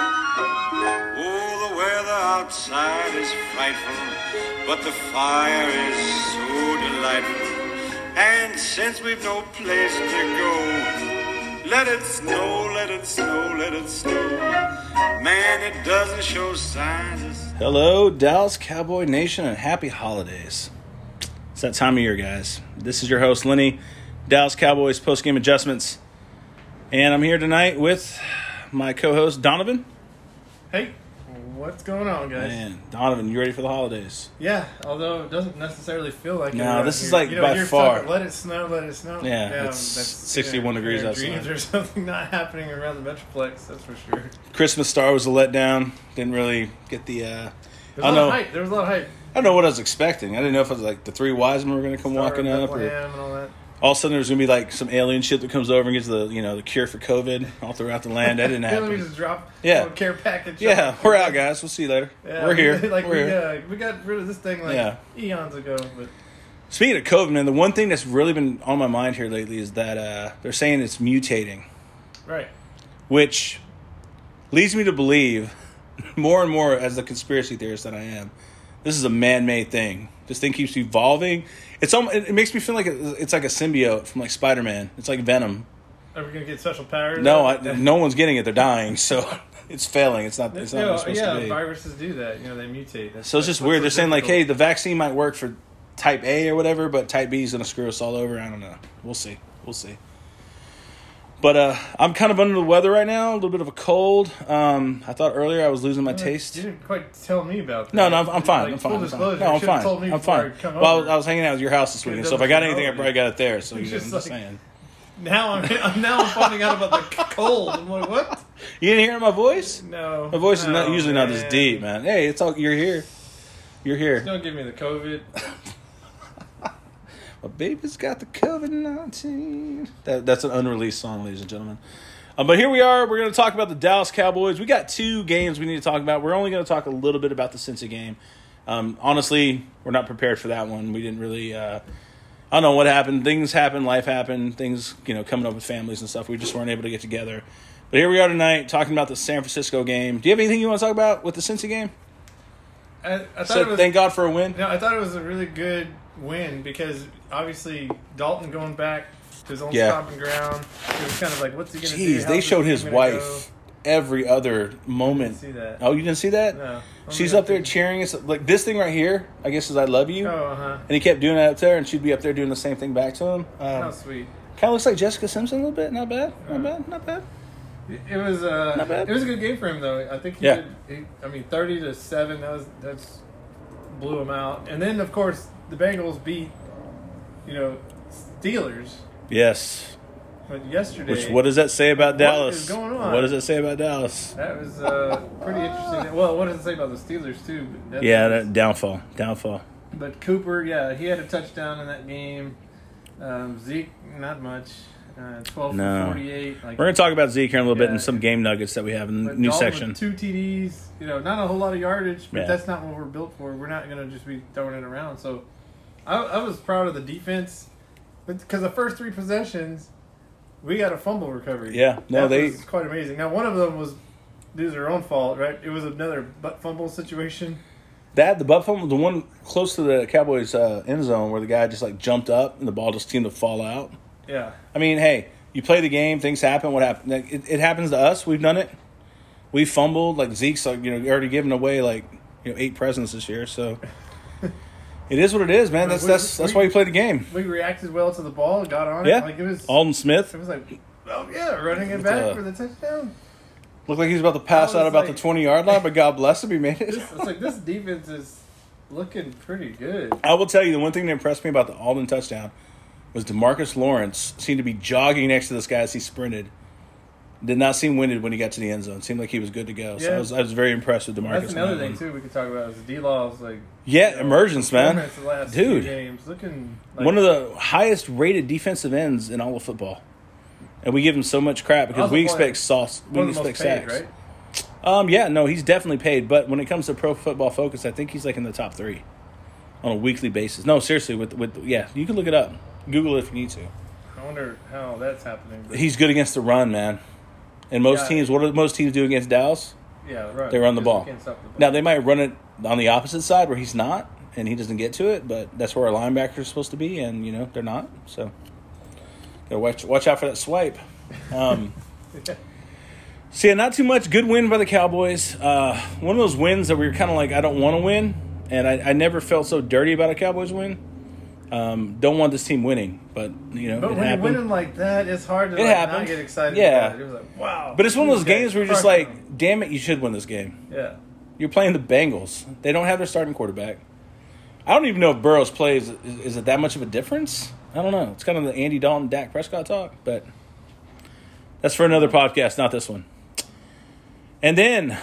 Oh, the weather outside is frightful, but the fire is so delightful. And since we've no place to go, let it snow, let it snow, let it snow. Man, it doesn't show signs of Hello, Dallas Cowboy Nation, and happy holidays. It's that time of year, guys. This is your host, Lenny, Dallas Cowboys Post Game Adjustments. And I'm here tonight with my co host, Donovan. Hey, what's going on, guys? Man, Donovan, you ready for the holidays? Yeah, although it doesn't necessarily feel like it. No, around this is here. like you know, by you're far- fucking, Let it snow, let it snow. Yeah, it's that's- 61 yeah, degrees your outside. Dreams or something not happening around the Metroplex. That's for sure. Christmas Star was a letdown. Didn't really get the. Uh, I There's a don't lot know. of hype. There was a lot of hype. I don't know what I was expecting. I didn't know if it was like the three wise men were going to come walking Star up, or Bethlehem and all that. all of a sudden there's going to be like some alien shit that comes over and gives the you know the cure for COVID all throughout the land. That didn't Then we happen. just drop. Yeah. a little care package. Yeah, we're out, guys. We'll see you later. Yeah, we're we- here. like we're we, here. Uh, we got rid of this thing like Yeah. eons ago, but Speaking of COVID, man, the one thing that's really been on my mind here lately is that uh, they're saying it's mutating, right. which leads me to believe more and more as the conspiracy theorist that I am, this is a man-made thing. This thing keeps evolving. It's almost, it it makes me feel like it- it's like a symbiote from like Spider-Man. It's like Venom. Are we gonna get special powers? No, I, no one's getting it. They're dying, so it's failing. It's not. It's not what yeah, it's supposed yeah to be. viruses do that. You know, they mutate. That's, So it's that's just weird. They're what's saying like, difficult. hey, the vaccine might work for type A or whatever, but type B is gonna screw us all over. I don't know. We'll see. We'll see. But uh, I'm kind of under the weather right now. A little bit of a cold. Um, I thought earlier I was losing my You taste. didn't quite tell me about that. No, no, I'm, I'm fine. Like, I'm fine. Full I'm fine. disclosure, No, you I'm should have fine. told me I'm before fine. I'd come Well, I was, over. I was hanging out at your house this weekend, so if I got Could've done anything, I something probably got it there. So You're you know, just I'm just like- saying. Now I'm, I'm now I'm finding out about the cold. I'm like, what? You didn't hear my voice? No, My voice is not No, usually not this man. deep, man. Hey, it's all you're here. You're here. Don't give me the COVID. My baby's got the COVID 19. That, that's an unreleased song, ladies and gentlemen. Um, but here we are. We're going to talk about the Dallas Cowboys. We got two games we need to talk about. We're only going to talk a little bit about the Cincy game. Um, honestly, we're not prepared for that one. We didn't really. Uh, I don't know what happened. Things happen. Life happened. Things, you know, coming up with families and stuff. We just weren't able to get together. But here we are tonight talking about the San Francisco game. Do you have anything you want to talk about with the Cincy game? I, I thought So it was. thank God for a win. no, I thought it was a really good win because obviously Dalton going back to his own Yeah. stomping ground. It was kind of like, what's he gonna do? Jeez, How's they this showed game his gonna go? wife every other moment. see that. Oh, you didn't see that? No. She's up there cheering us. Like this thing right here, I guess is "I love you," Oh, uh-huh. and he kept doing that up there, and she'd be up there doing the same thing back to him. How Um, sweet. kind of looks like Jessica Simpson a little bit. Not bad. Oh. Not bad. Not bad. It was uh, Not bad. it was a good game for him though. I think he Yeah. did. He, I mean, thirty to seven. That was that's blew him out. And then of course the Bengals beat you know Steelers Yes. but yesterday. Which what does that say about Dallas? is going on? What does that say about Dallas? that was uh, pretty Ah. interesting. Well, what does it say about the Steelers too? But that's- Yeah, that, downfall. Downfall. but Cooper, yeah, he had a touchdown in that game. Um, Zeke, not much. Uh, Twelve No. for forty-eight. Like, We're gonna talk about Zeke here in a little bit, Yeah. and some game nuggets that we have in the but new Dalton with section. Two TDs. You know, not a whole lot of yardage, but Yeah. that's not what we're built for. We're not going to just be throwing it around. So, I, I was proud of the defense, because the first three possessions, we got a fumble recovery. Yeah. No, That they- was quite amazing. Now, one of them was it was their own fault, right? It was another butt fumble situation. That the Buffalo, the one close to the Cowboys' uh, end zone, where the guy just like jumped up and the ball just seemed to fall out. Yeah, I mean, hey, you play the game, things happen. What happened? Like, it, it happens to us. We've done it. We fumbled. Like Zeke's, like you know, already given away like you know eight presents this year. So it is what it is, man. That's We- that's that's why you play the game. we reacted well to the ball, got on Yeah, it. Like it was, Alden Smith it was like, oh yeah, running it With back the- for the touchdown. looked like he was about to pass I out was about like- the twenty yard line, but God bless him, he made it. It's like this defense is looking pretty good. I will tell you the one thing that impressed me about the Alden touchdown was Demarcus Lawrence seemed to be jogging next to this guy as he sprinted. Did not seem winded when he got to the end zone. Seemed like he was good to go. So I Yeah. was, I was very impressed with Demarcus. That's on another that thing one. too we could talk about is D Law's like Yeah, emergence, man. performance the last Dude. few games looking like, One of the highest rated defensive ends in all of football, and we give him so much crap because Also we one- expect sauce. We one of the expect most paid, sacks. right? Um, yeah, no, he's definitely paid. But when it comes to Pro Football Focus, I think he's like in the top three on a weekly basis. No, seriously, with with yeah, you can look it up, Google it if you need to. I wonder how that's happening. but- He's good against the run, man. And most Yeah. teams, what do most teams do against Dallas? yeah, right. They run the Because ball. we can't stop the ball. Now they might run it on the opposite side where he's not, and he doesn't get to it. But that's where our linebackers are supposed to be, and you know they're not. So, gotta watch watch out for that swipe. Um, so yeah, not too much. Good win by the Cowboys. Uh, one of those wins that we were kind of like, I don't want to win, and I, I never felt so dirty about a Cowboys win. Um, don't want this team winning, but you know But it when happened. you're winning like that, it's hard to It like, happened. not get excited. Yeah. about it. It was like wow. but it's one of those these guys games where you're just crushed like, them. damn it, you should win this game. yeah. You're playing the Bengals. They don't have their starting quarterback. I don't even know if Burrow's plays is, is it that much of a difference. I don't know. It's kind of the Andy Dalton, Dak Prescott talk, but that's for another podcast, not this one. And then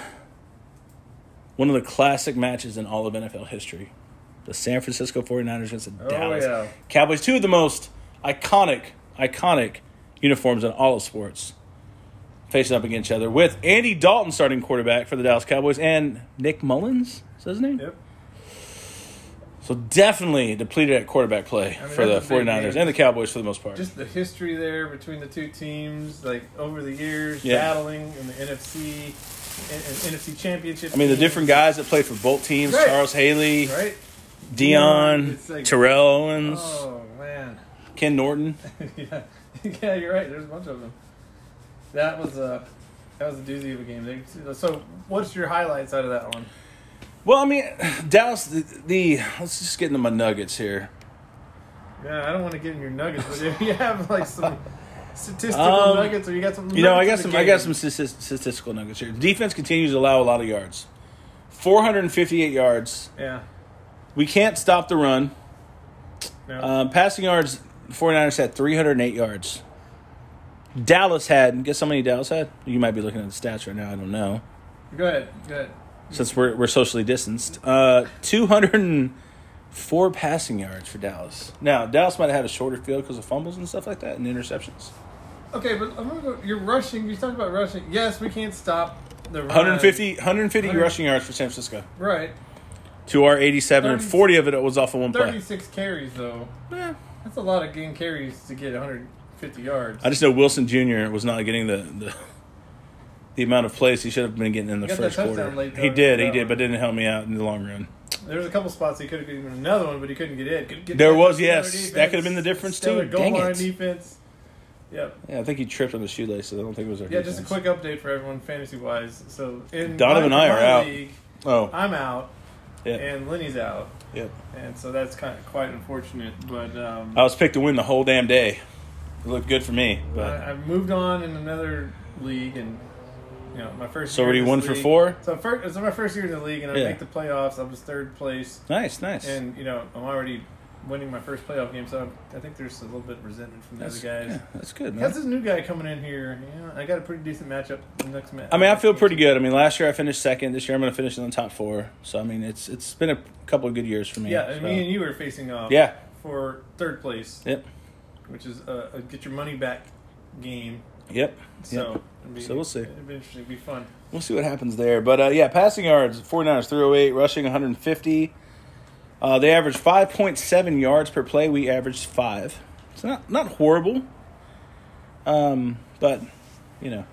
one of the classic matches in all of NFL history. The San Francisco 49ers against the Oh, Dallas yeah. Cowboys, two of the most iconic, iconic uniforms in all of sports, facing up against each other with Andy Dalton starting quarterback for the Dallas Cowboys and Nick Mullins, is that his name? Yep. So definitely depleted at quarterback play mean, for the that's a big 49ers game. and the Cowboys for the most part. Just the history there between the two teams, like over the years, Yeah. battling in the NFC and, and NFC Championship. I mean, the teams, different guys that played for both teams, Right. Charles Haley, right? Dion, It's like- Terrell Owens, Oh man, Ken Norton. yeah, yeah, you're right. There's a bunch of them. That was a that was a doozy of a game. They- So, what's your highlights out of that one? Well, I mean, Dallas, the, the let's just get into my nuggets here. Yeah, I don't want to get in your nuggets, but if you have like some statistical Um, nuggets, or you got some, You know, I got nuggets some. in the I got game. some statis- statistical nuggets here. Defense continues to allow a lot of yards, 458 yards. Yeah. We can't stop the run. No. Um, passing yards, 49ers had 308 yards. Dallas had, guess how many Dallas had? You might be looking at the stats right now. I don't know. go ahead. Go ahead. Since we're, we're socially distanced. Uh, 204 passing yards for Dallas. Now, Dallas might have had a shorter field because of fumbles and stuff like that and interceptions. Okay, but I'm gonna go, you're rushing. You talked about rushing. Yes, we can't stop the run. 150, 150 100 rushing yards for San Francisco. Right. To our 87, and Thirty- 40 of it was off of one play. 36 carries though. Eh, That's a lot of game carries to get 150 yards. I just know Wilson Jr. was not getting the, the the amount of plays he should have been getting in the He got that first touchdown quarter. late, though, he did, he that did, one. but didn't help me out in the long run. There was a couple spots he could have given another one, but he couldn't get it. Could get There that was, stellar yes. That could have been the difference, stellar too. Goal Dang line it. defense. Yep. Yeah, I think he tripped on the shoelaces. I don't think it was our Yeah, just a defense. quick update for everyone fantasy wise. So in Donovan and my- I my are out. league, Oh, I'm out, yeah, and Lenny's out, yeah. and so that's kind of quite unfortunate. But um, I was picked to win the whole damn day. It looked good for me. I, But I've moved on in another league, and you know my first. So year what are in you, this one for league- four? So first, it's my first year in the league, and I Yeah. make the playoffs. I was third place, nice, nice. and you know I'm already winning my first playoff game, so I think there's a little bit of resentment from the that's, other guys. yeah, that's good, That's man. this new guy coming in here. Yeah, I got a pretty decent matchup the next match. I mean, I feel pretty good. I mean, last year I finished second. This year I'm going to finish in the top four. So I mean, it's it's been a couple of good years for me. Yeah, and so. me and you were facing off. Yeah. For third place, Yep, which is a, a get your money back game. yep. So, yep. it'd be, So we'll see. It'd be interesting. It'd be fun. We'll see what happens there. But uh, yeah, passing yards 49ers 308, rushing 150. Uh, they averaged 5.7 yards per play. We averaged five. It's not not horrible. Um, but you know,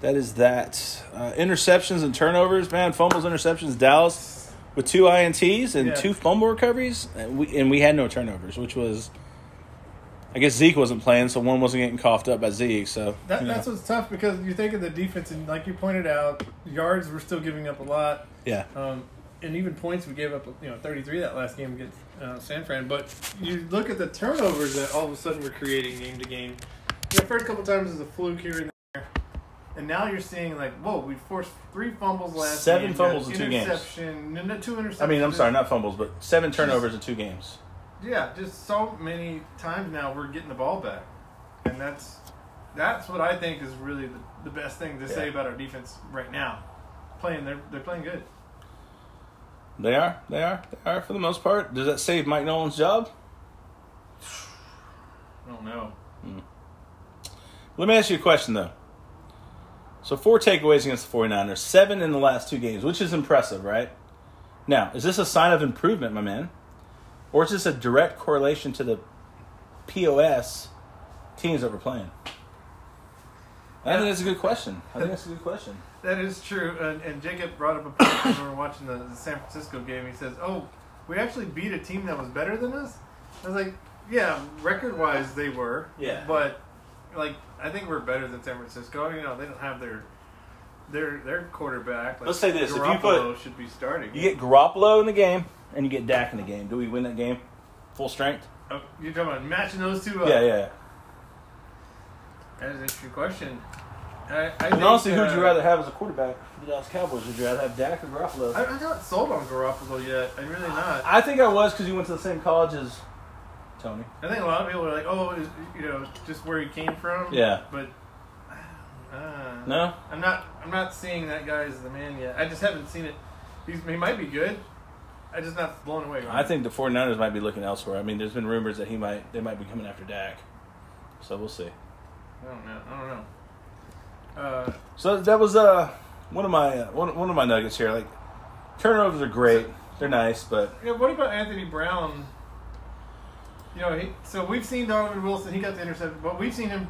that is that. Uh, interceptions and turnovers, man. Fumbles, interceptions. Dallas with two ints and Yeah. two fumble recoveries, and we and we had no turnovers, which was. I guess Zeke wasn't playing, so one wasn't getting coughed up by Zeke. So That, you know. That's what's tough because you think of the defense, and like you pointed out, yards we're still giving up a lot, yeah. um, and even points we gave up, you know, 33 that last game against uh, San Fran. But you look at the turnovers that all of a sudden we're creating game to game. The first couple times is a fluke here and there, and now you're seeing like, whoa, we forced three fumbles last. Seven game, fumbles got in two games. Interception, no, no, two interceptions. I mean, I'm sorry, not fumbles, but seven turnovers in two games. Yeah, just so many times now we're getting the ball back, and that's that's what I think is really the, the best thing to say Yeah. about our defense right now. Playing, they're they're playing good. They are, they are, they are for the most part. Does that save Mike Nolan's job? I don't know. Let me ask you a question though. So four takeaways against the 49ers, seven in the last two games, which is impressive, right? Now, is this a sign of improvement, my man, or is this a direct correlation to the POS teams that we're playing? I think that's a good question. I think that's a good question. That is true. And, and Jacob brought up a point when we were watching the, the San Francisco game. He says, "Oh, we actually beat a team that was better than us." I was like, "Yeah, record-wise they were. Yeah. But like, I think we're better than San Francisco. You know, they don't have their their their quarterback. Like, Let's say this, if you Garoppolo should be starting. You get Garoppolo in the game, and you get Dak in the game. Do we win that game? Full strength? oh, you're talking about matching those two up. Yeah, yeah. yeah. That is an interesting question. I, I And honestly, think, who'd you uh, rather have as a quarterback for the Dallas Cowboys? Would you rather have Dak or Garoppolo? I, I'm not sold on Garoppolo yet. I'm really not. I think I was because you went to the same college as Tony. I think a lot of people are like, oh, is, you know, just where he came from. Yeah. But uh, No? I'm not. I'm not seeing that guy as the man yet. I just haven't seen it. He's, he might be good. I just not blown away. by I him. think the 49ers might be looking elsewhere. I mean, there's been rumors that he might they might be coming after Dak. So we'll see. I don't know. I don't know. Uh, So that was uh one of my uh, one, one of my nuggets here. Like turnovers are great. They're nice, but you know, what about Anthony Brown? You know, he, so we've seen Donovan Wilson. He got the interception, but we've seen him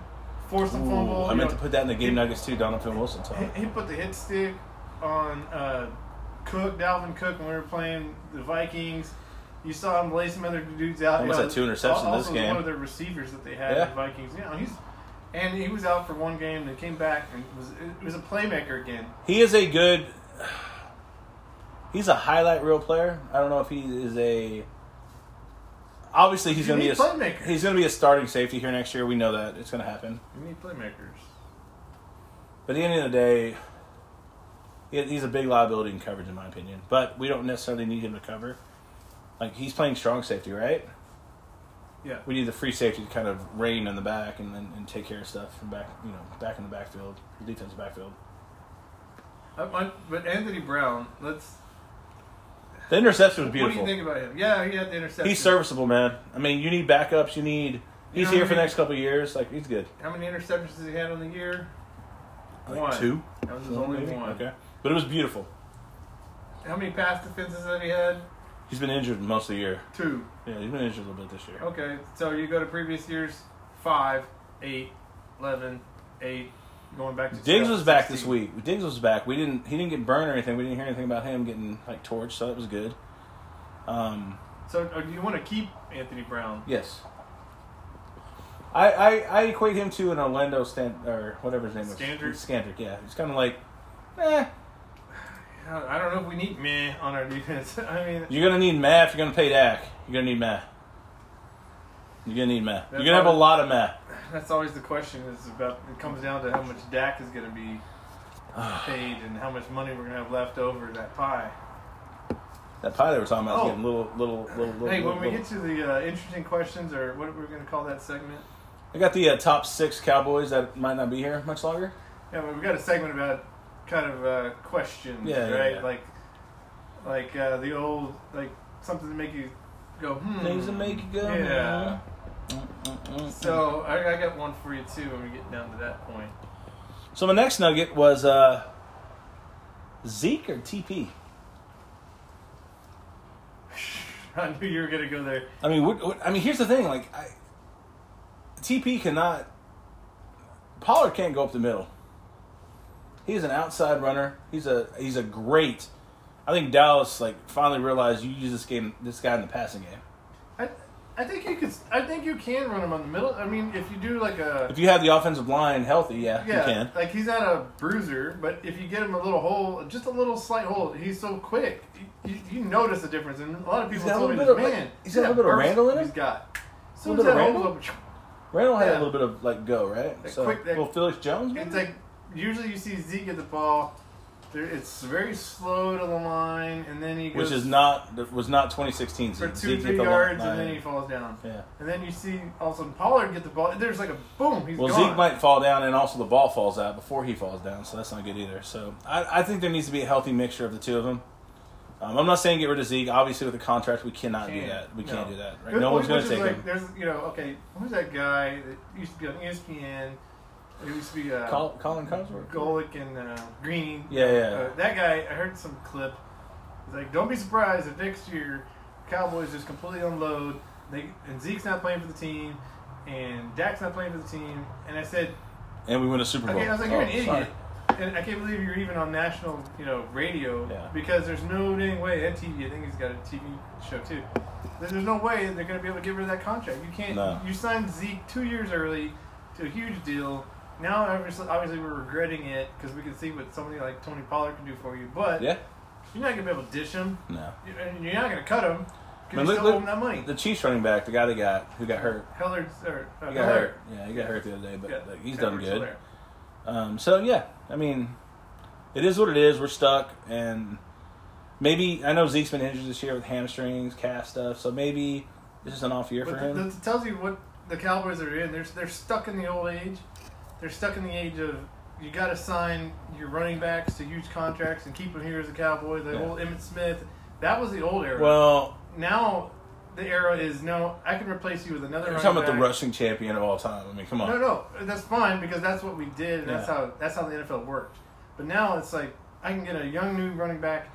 force some fumble. I you meant know, to put that in the game he- nuggets too. Donovan Wilson talk. He, he put the hit stick on uh, Cook, Dalvin Cook, when we were playing the Vikings. You saw him lay some other dudes out. Almost you had two interceptions al- this also game. One of their receivers that they had Yeah. in the Vikings. You know, he's and he was out for one game. They came back and was it was a playmaker again. He is a good. He's a highlight reel player. I don't know if he is a. Obviously, he's You going to be need a playmakers. he's going to be a starting safety here next year. We know that it's going to happen. You need playmakers. But at the end of the day, he- he's a big liability in coverage, in my opinion. But we don't necessarily need him to cover. Like he's playing strong safety, right? Yeah. We need the free safety to kind of reign in the back and, and, and take care of stuff from back, you know, back in the backfield, defensive backfield. I, I, Uh, but Anthony Brown, let's. The interception was beautiful. What do you think about him? Yeah, he had the interception. He's serviceable, man. I mean, you need backups. You need. He's know here what I for the mean? next couple of years. Like he's good. How many interceptions has he had on the year? Like one. two? That was his only Maybe. one. Okay, but it was beautiful. How many pass defenses that he had? He's been injured most of the year. Two. Yeah, he's been injured a little bit this year. Okay, so you go to previous years, 5, 8, 11, 8, going back to Diggs was back this 2016. week. Diggs was back. We didn't. He didn't get burned or anything. We didn't hear anything about him getting like torched, so that was good. Um, So uh, do you want to keep Anthony Brown? yes. I, I I equate him to an Orlando Stan or whatever his name is. Scandrick? Scandrick. Yeah, he's kind of like, eh. Yeah, I don't know if we need meh on our defense. I mean, You're gonna need math. You're gonna pay Dak. You're gonna need math. You're gonna need math. You're That's gonna have a probably- lot of math. that's always the question. Is about It comes down to how much Dak is going to be paid and how much money we're going to have left over in that pie. That pie they were talking about Oh. is getting little, little, little, little. Hey, when little- we get to the uh, interesting questions, or what we're going to call that segment, I got the uh, top six Cowboys that might not be here much longer. Yeah, but we got a segment about kind of uh, questions, Yeah, yeah, right? yeah. Like, like uh, the old like something to make you go hmm. Things that make you go. Yeah. mm, mm, mm, mm. So I, I got one for you too when we get down to that point. So my next nugget was uh, Zeke or TP. I knew you were gonna go there. I mean, what, what, I mean, here's the thing: like, I, TP cannot. Pollard can't go up the middle. He's an outside runner. He's a he's a great. I think Dallas like finally realized you use this game this guy in the passing game. I, I think you could. I think you can run him on the middle. I mean, if you do like a If you have the offensive line healthy, yeah, yeah, you can. like he's not a bruiser, but if you get him a little hole, just a little slight hole, he's so quick. You, you, you notice the difference, and a lot of He's people got a told me, little bit of, "Man, like- he's got a that little bit of burst Randall in him? He's got as soon Little as bit of that hole Randall? goes up, Randall had Yeah. a little bit of like go right. That So, quick- that- well, Felix Jones. maybe? It's like usually you see Zeke get the ball. There, it's very slow to the line, and then he goes which is not that was not 2016. for two, Zeke hit three the lo- yards, and line. then he falls down. yeah. And then you see also Pollard get the ball. There's like a boom. He's Well, gone. Zeke might fall down, and also the ball falls out before he falls down, so that's not good either. So I, I think there needs to be a healthy mixture of the two of them. Um, I'm not saying get rid of Zeke. Obviously, with the contract, we cannot do Can't. that. We No. can't do that. Right? Which- No one's which going to is take like, him. There's you know okay, who's that guy that used to be on E ESPN? It used to be uh, Col- Colin Cosworth. Golick and uh, Green. Yeah, yeah. Uh, that guy, I heard some clip. He's like, don't be surprised if next year Cowboys just completely unload. They and Zeke's not playing for the team, and Dak's not playing for the team. And I said, And we win a Super Bowl. okay, I was like, you're Oh, an idiot. sorry. And I can't believe you're even on national, you know, radio Yeah. because there's no dang way. And TV, I think he's got a TV show too. There- There's no way they're going to be able to get rid of that contract. You can't. No. You signed Zeke two years early to a huge deal. Now, obviously, obviously we're regretting it because we can see what somebody like Tony Pollard can do for you. But Yeah. you're not going to be able to dish him, No. You- and you're not going to cut him Man, because you look- still look- owe him that money. The Chiefs running back, the guy they got who got hurt. Hillard, or, uh, He got Hillard. hurt. Yeah, he got hurt the other day, but Yeah, like, he's Hillard done was good. Hillard. Um, so yeah, I mean, it is what it is. We're stuck, and maybe I know Zeke's been injured this year with hamstrings, calf stuff. So maybe this is an off year for But th- him. th- it tells you what the Cowboys are in. They're they're stuck in the old age. They're stuck in the age of you got to sign your running backs to huge contracts and keep them here as a Cowboy. The Yeah. old Emmett Smith, that was the old era. well, now the era is no. I can replace you with another. we're running talking about the back. rushing champion of all time. I mean, come on. No, no, that's fine because that's what we did. And That's Yeah. how that's how the NFL worked. But now it's like I can get a young new running back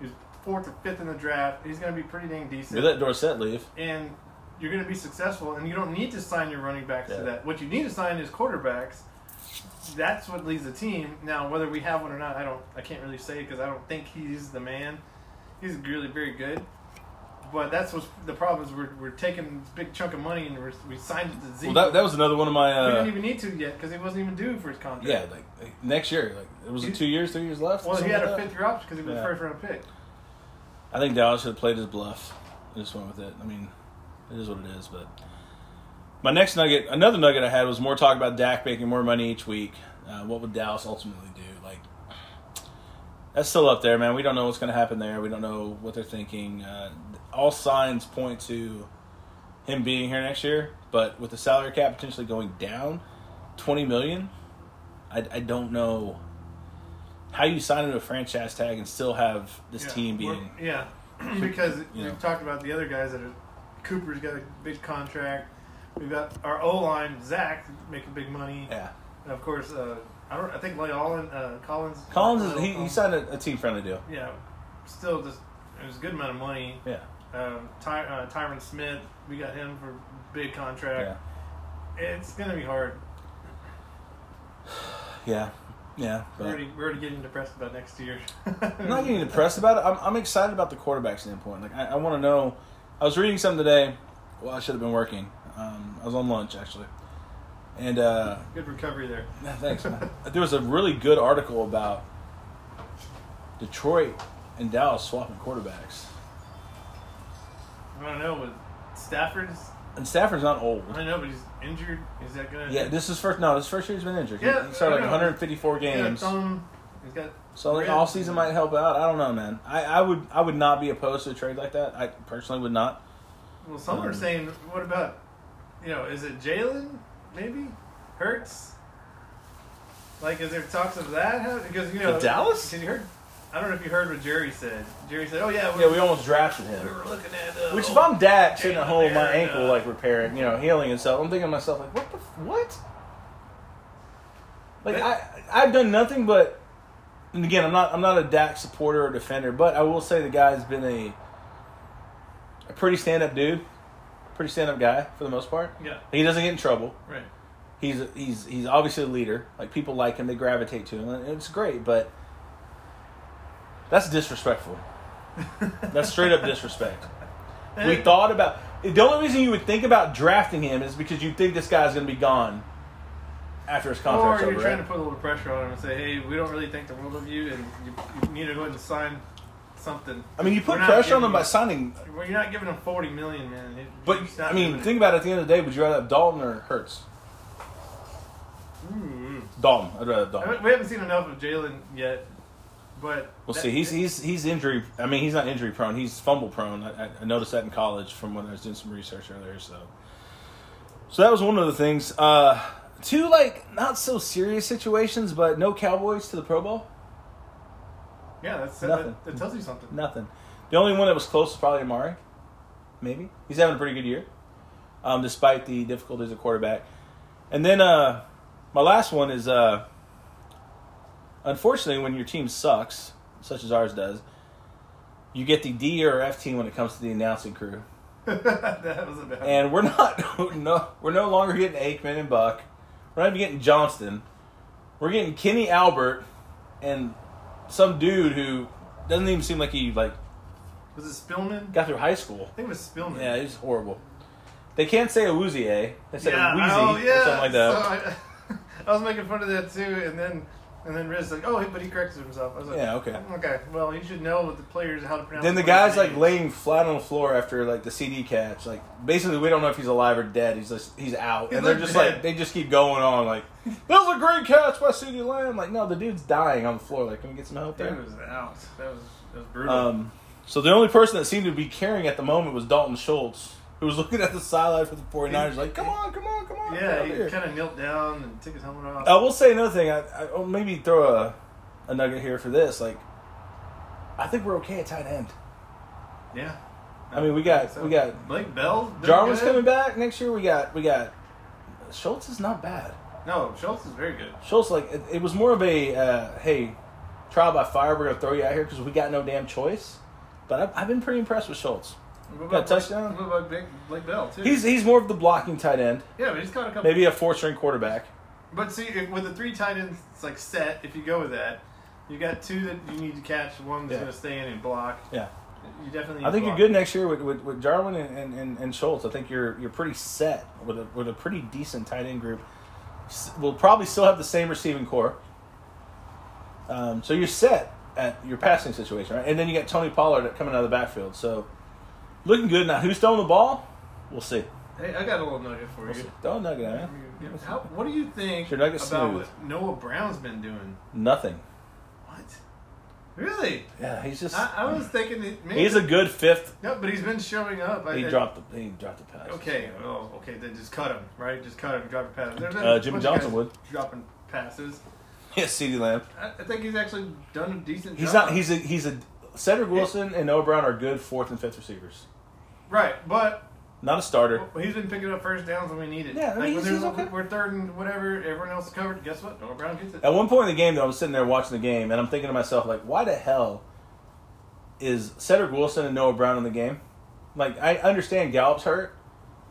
who's fourth or fifth in the draft. He's going to be pretty dang decent We let Dorset leave. and you're going to be successful, and you don't need to sign your running backs Yeah. to that. What you need to sign is quarterbacks. That's what leads the team. Now, whether we have one or not, I don't. I can't really say because I don't think he's the man. He's really very good, but that's what the problem is. We're, we're taking this big chunk of money and we're, we signed it to Zeke. Well, that, that was another one of my. we didn't Uh, even need to yet because he wasn't even due for his contract. yeah, like, like, next year. Like it was it two years, three years left. Well, he Something had like a that? fifth year option because he was Yeah. a first round pick. I think Dallas should have played his bluff. I just went with it. I mean, it is what it is. But my next nugget, another nugget I had was more talk about Dak making more money each week. Uh, what would Dallas ultimately do? Like, that's still up there, man. We don't know what's going to happen there. We don't know what they're thinking. Uh, all signs point to him being here next year, but with the salary cap potentially going down twenty million, I, I don't know how you sign into a franchise tag and still have this Yeah, team we're- being Yeah, because You know. we've talked about the other guys that are. Cooper's got a big contract. We've got our O line, Zach, making big money. yeah. And of course, uh, I don't. I think Lay Allen, uh, Collins. Collins is he, he Collins. signed a, a team friendly deal. Yeah, still just it was a good amount of money. Yeah, Um, Ty, uh, Tyron Smith, we got him for big yeah, contract. It's gonna be hard. yeah, yeah. We're But already, we're already getting depressed about next year. I'm not getting depressed about it. I'm, I'm excited about the quarterback standpoint. Like I, I want to know. I was reading something today. Well, I should have been working. Um, I was on lunch actually, and uh, Good recovery there. thanks. Man. there was a really good article about Detroit and Dallas swapping quarterbacks. I don't know with Stafford's. And Stafford's not old. I don't know, but he's injured. Is that gonna? Yeah, this is first. No, this first year he's been injured. He- Yeah, he started like I know. 154 games. He's got thumb. He's got. So I think rib. off season might help out. I don't know, man. I, I would I would not be opposed to a trade like that. I personally would not. Well, some are Um, saying, what about, you know, is it Jalen? Maybe Hurts. Like, is there talks of that? How, because you know, To Dallas? Did you heard? I don't know if you heard what Jerry said. Jerry said, "Oh yeah, we, Yeah, we almost drafted we him. were looking at uh, Which if oh, I'm Dak sitting at home, my Jalen Hurts, ankle uh, like repairing, you know, healing itself, I'm thinking to myself like, what the f- what? Like I I've done nothing but, and again I'm not I'm not a Dak supporter or defender, but I will say the guy's been a a pretty stand up dude, pretty stand up guy for the most part. yeah, He doesn't get in trouble. right." he's he's he's obviously a leader. Like people like him, they gravitate to him, and it's great. But that's disrespectful. That's straight up disrespect. We thought about the only reason you would think about drafting him is because you think this guy's going to be gone after his Or contract's you're over. trying to right? put a little pressure on him and say, "Hey, we don't really think the world of you, and you, you need to go ahead and sign something." I mean, you put We're not pressure on giving him by you- signing. Well, you're not giving him forty million, man. It- But it's not I mean, doing it. think about it. At the end of the day, would you rather have Dalton or Hurts? Mm, mm. Dalton. I'd rather have I Dalton. mean, we haven't seen enough of Jalen yet, but We'll that- see. He's he's he's injury. I mean, he's not injury prone. He's fumble prone. I, I- I noticed that in college from when I was doing some research earlier. So, so that was one of the things. Uh, two like not so serious situations, but no Cowboys to the Pro Bowl. Yeah, that's that, Nothing. that, tells you something. Nothing. The only one that was close was probably Amari. Maybe he's having a pretty good year, um, despite the difficulties of quarterback. And then uh, my last one is uh, unfortunately when your team sucks, such as ours does, you get the D or F team when it comes to the announcing crew. that was about. and we're not no we're no longer getting Aikman and Buck. We're not even getting Johnston. We're getting Kenny Albert and some dude who doesn't even seem like he like was it Spillman? got through high school. I think it was Spillman. Yeah, he's horrible. They can't say Awuzie. They said Yeah, Wheezy oh, yeah. or something like that. So I, I was making fun of that too, and then and then Riz like, oh, but he corrected himself. I was like, Yeah, okay. okay. Well, you should know the players how to pronounce. then the players' guy's like names. laying flat on the floor after like the CD catch. Like basically, we don't know if he's alive or dead. He's just he's out, He's and they're like just dead. like they just keep going on. Like that was a great catch by CD Lamb. Like no, the dude's dying on the floor. Like can we get some help Dude there? was out. That was that was brutal. Um, so the only person that seemed to be caring at the moment was Dalton Schultz, who was looking at the sideline for the 49ers, like, come on, come on, come on. get yeah, out he here." kind of knelt down and took his helmet off. I will say another thing. I, I I'll maybe throw a, a nugget here for this. Like, I think we're okay at tight end. Yeah. I mean, we got So, we got Blake Bell. doing Jarwin's good. coming back next year. We got we got Schultz is not bad. No, Schultz is very good. Schultz like it, it was more of a uh, hey trial by fire. We're gonna throw you out here because we got no damn choice. But I've, I've been pretty impressed with Schultz. What about Got a Blake- touchdown? What about Blake, Blake Bell too? He's he's more of the blocking tight end, yeah, but he's caught a couple. maybe a four string quarterback. But see, if, with the three tight ends it's like set, if you go with that, you got two that you need to catch, one that's Yeah. going to stay in and block. Yeah, You definitely. Need I think block. you're good next year with, with, with Jarwin and, and, and, and Schultz. I think you're you're pretty set with a with a pretty decent tight end group. S- We'll probably still have the same receiving core. Um, so you're set at your passing situation, right? And then you got Tony Pollard coming out of the backfield, so looking good. Now who's throwing the ball? We'll see. Hey, I got a little nugget for We'll you. see. Don't nugget at me. Yeah, How, what do you think Your nugget's about smooth. what Noah Brown's been doing? Nothing. What? Really? Yeah, he's just I, I was thinking that maybe. he's a good fifth. No, but he's been showing up. I, He I- dropped the he dropped the pass. Okay, well, okay, then just cut him, right? Just cut him, drop a pass. There's Uh, a Jimmy bunch of Johnson guys would. Dropping passes. Yes, Ceedee Lamb. I, I think he's actually done a decent He's job. not. He's a. He's a. Cedric Wilson and Noah Brown are good fourth and fifth receivers. Right, but Not a starter. Well, he's been picking up first downs when we need it. Yeah, I mean, like, he's- when he's there's- okay. we're third and whatever, everyone else is covered. Guess what? Noah Brown gets it. At one point in the game, though, I'm sitting there watching the game, and I'm thinking to myself, like, why the hell is Cedric Wilson and Noah Brown in the game? Like, I understand Gallup's hurt,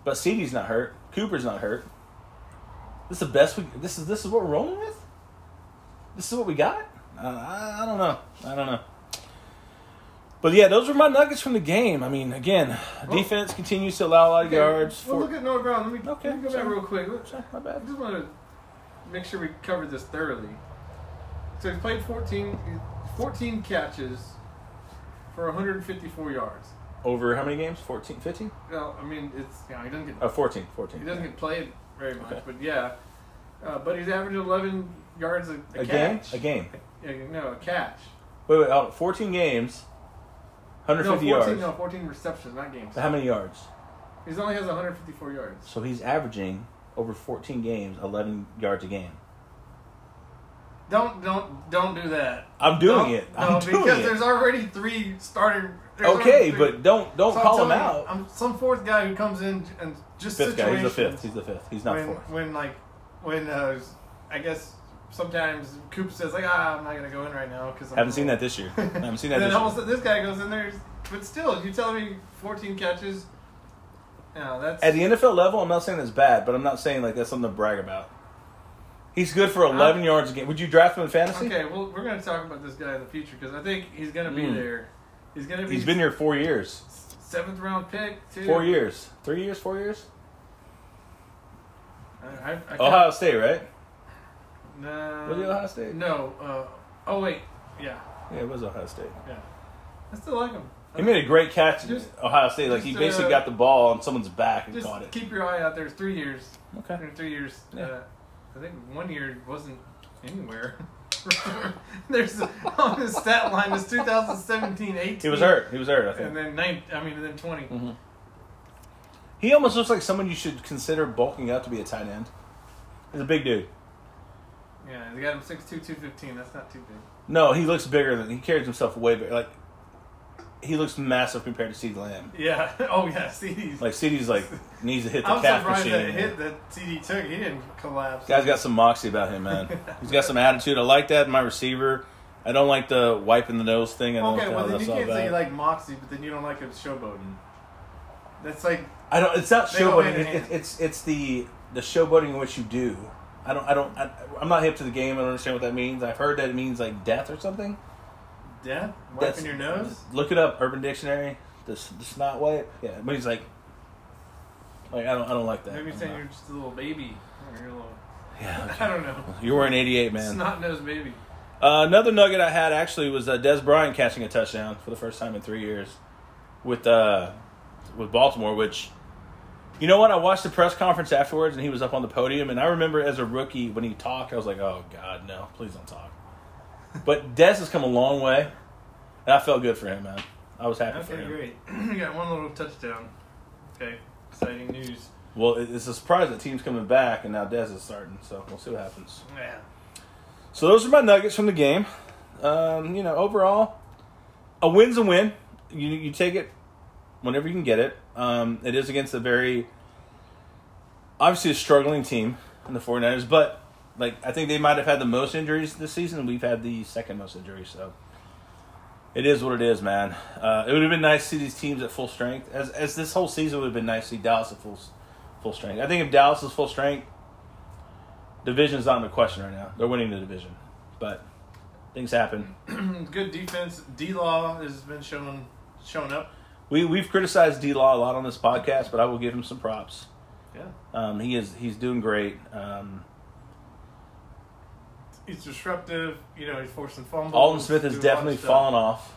but Cedee's not hurt. Cooper's not hurt. This is the best we. This is this is what we're rolling with. This is what we got. Uh, I, I don't know. I don't know. But yeah, those were my nuggets from the game. I mean, again, Well- defense continues to allow a lot of Okay, yards. Well, Four- look at Noah Brown. Let me, Okay, let me go back sorry. real quick. Look, Sorry, my I bad. just want to make sure we covered this thoroughly. So he's played 14, 14 catches for 154 yards. Over how many games? 14, 15? Well, I mean, it's you know, he doesn't get Uh, 14, 14. he doesn't get played very much, Okay. but yeah. Uh, but he's averaged 11 yards a, a, a game? catch. A game. Yeah, no, a catch. Wait, wait, hold on. 14 games, No, 150 14, yards. no, 14 receptions, not games. How many yards? He only has 154 yards. So he's averaging over 14 games, 11 yards a game. Don't don't don't do that. I'm doing Don't- it. I'm no, doing because it. there's already three starting. there's already okay, three. but don't don't So I'm call him telling you, out. I'm some fourth guy who comes in and just fifth guy. He's the situations fifth. He's the fifth. He's not when, fourth. When like when uh, I guess sometimes Coop says like ah I'm not gonna go in right now because Haven't seen that this year. Haven't seen that and this then almost year. this guy goes in there, but still you telling me 14 catches. No, that's At the NFL level, I'm not saying that's bad, but I'm not saying like that's something to brag about. He's good for 11 I'm- yards a game. Would you draft him in fantasy? okay. Well, we're gonna talk about this guy in the future because I think he's gonna be Mm. there. He's gonna be. He's been here four years. Seventh round pick, too. Four years. Three years, four years? I, I, I can't- Ohio State, right? No. Was it Ohio State? No. Uh, oh wait. Yeah. Yeah, it was Ohio State. Yeah. I still like him. He made a great catch Just- in Ohio State. Like he just, basically uh, got the ball on someone's back and Just caught it. keep your eye out there. It's Three years. okay. In Three years. Yeah. Uh, I think one year wasn't anywhere. There's on the stat line is 2017, 18. He was hurt. He was hurt. I And think. then nine. I mean, and then 20. Mhm. He almost looks like someone you should consider bulking up to be a tight end. He's a big dude. Yeah, they got him 6'2", 215. That's not too big. No, he looks bigger than he carries himself way bigger. Like he looks massive compared to CeeDee Lamb. Yeah. Oh yeah. CD's. Like CeeDee's like needs to hit the I'm calf surprised machine. that hit that CD took. He didn't collapse. Guy's got some moxie about him, man. He's got some attitude. I like that in my receiver. I don't like the wiping the nose thing. I don't Okay, know well then that's you all can't about. say you like Moxie, but then you don't like him showboating. That's like I don't. It's not They go showboating. hand in It, it, hand. it's it's the the showboating in which you do. I don't. I don't. I, I'm not hip to the game. I don't understand what that means. I've heard that it means like death or something. death That's- wiping your nose. Look it up, Urban Dictionary. The, s- the snot wipe. Yeah, but he's like, like I don't. I don't like that. Maybe I'm saying not- you're just a little baby. Or you're a little, yeah. I don't know. You were an 88 man. Snot nosed baby. Uh, another nugget I had actually was uh, Des Bryant catching a touchdown for the first time in three years with uh, with Baltimore. Which, you know what? I watched the press conference afterwards, and he was up on the podium. And I remember as a rookie when he talked, I was like, "Oh God, no! Please don't talk." But Des has come a long way, and I felt good for him, man. I was happy for Okay, him. great. you got one little touchdown. Okay, exciting news. Well, it- it's a surprise that team's coming back, and now Des is starting. So we'll see what happens. Yeah. So those are my nuggets from the game. Um, you know, overall, a win's a win. You you take it whenever you can get it. Um, it is against a very obviously a struggling team in the 49ers, but like I think they might have had the most injuries this season. We've had the second most injuries, so it is what it is, man. Uh, it would have been nice to see these teams at full strength. As as this whole season would have been nice to see Dallas at full full strength. I think if Dallas is full strength, division's not in the question right now. They're winning the division, but things happen. Good defense. D Law has been showing showing up. We we've criticized D Law a lot on this podcast, but I will give him some props. Yeah. Um, he is he's doing great. Um, He's disruptive. You know, he's forcing fumbles. Alden Smith has doing a lot definitely of stuff. fallen off.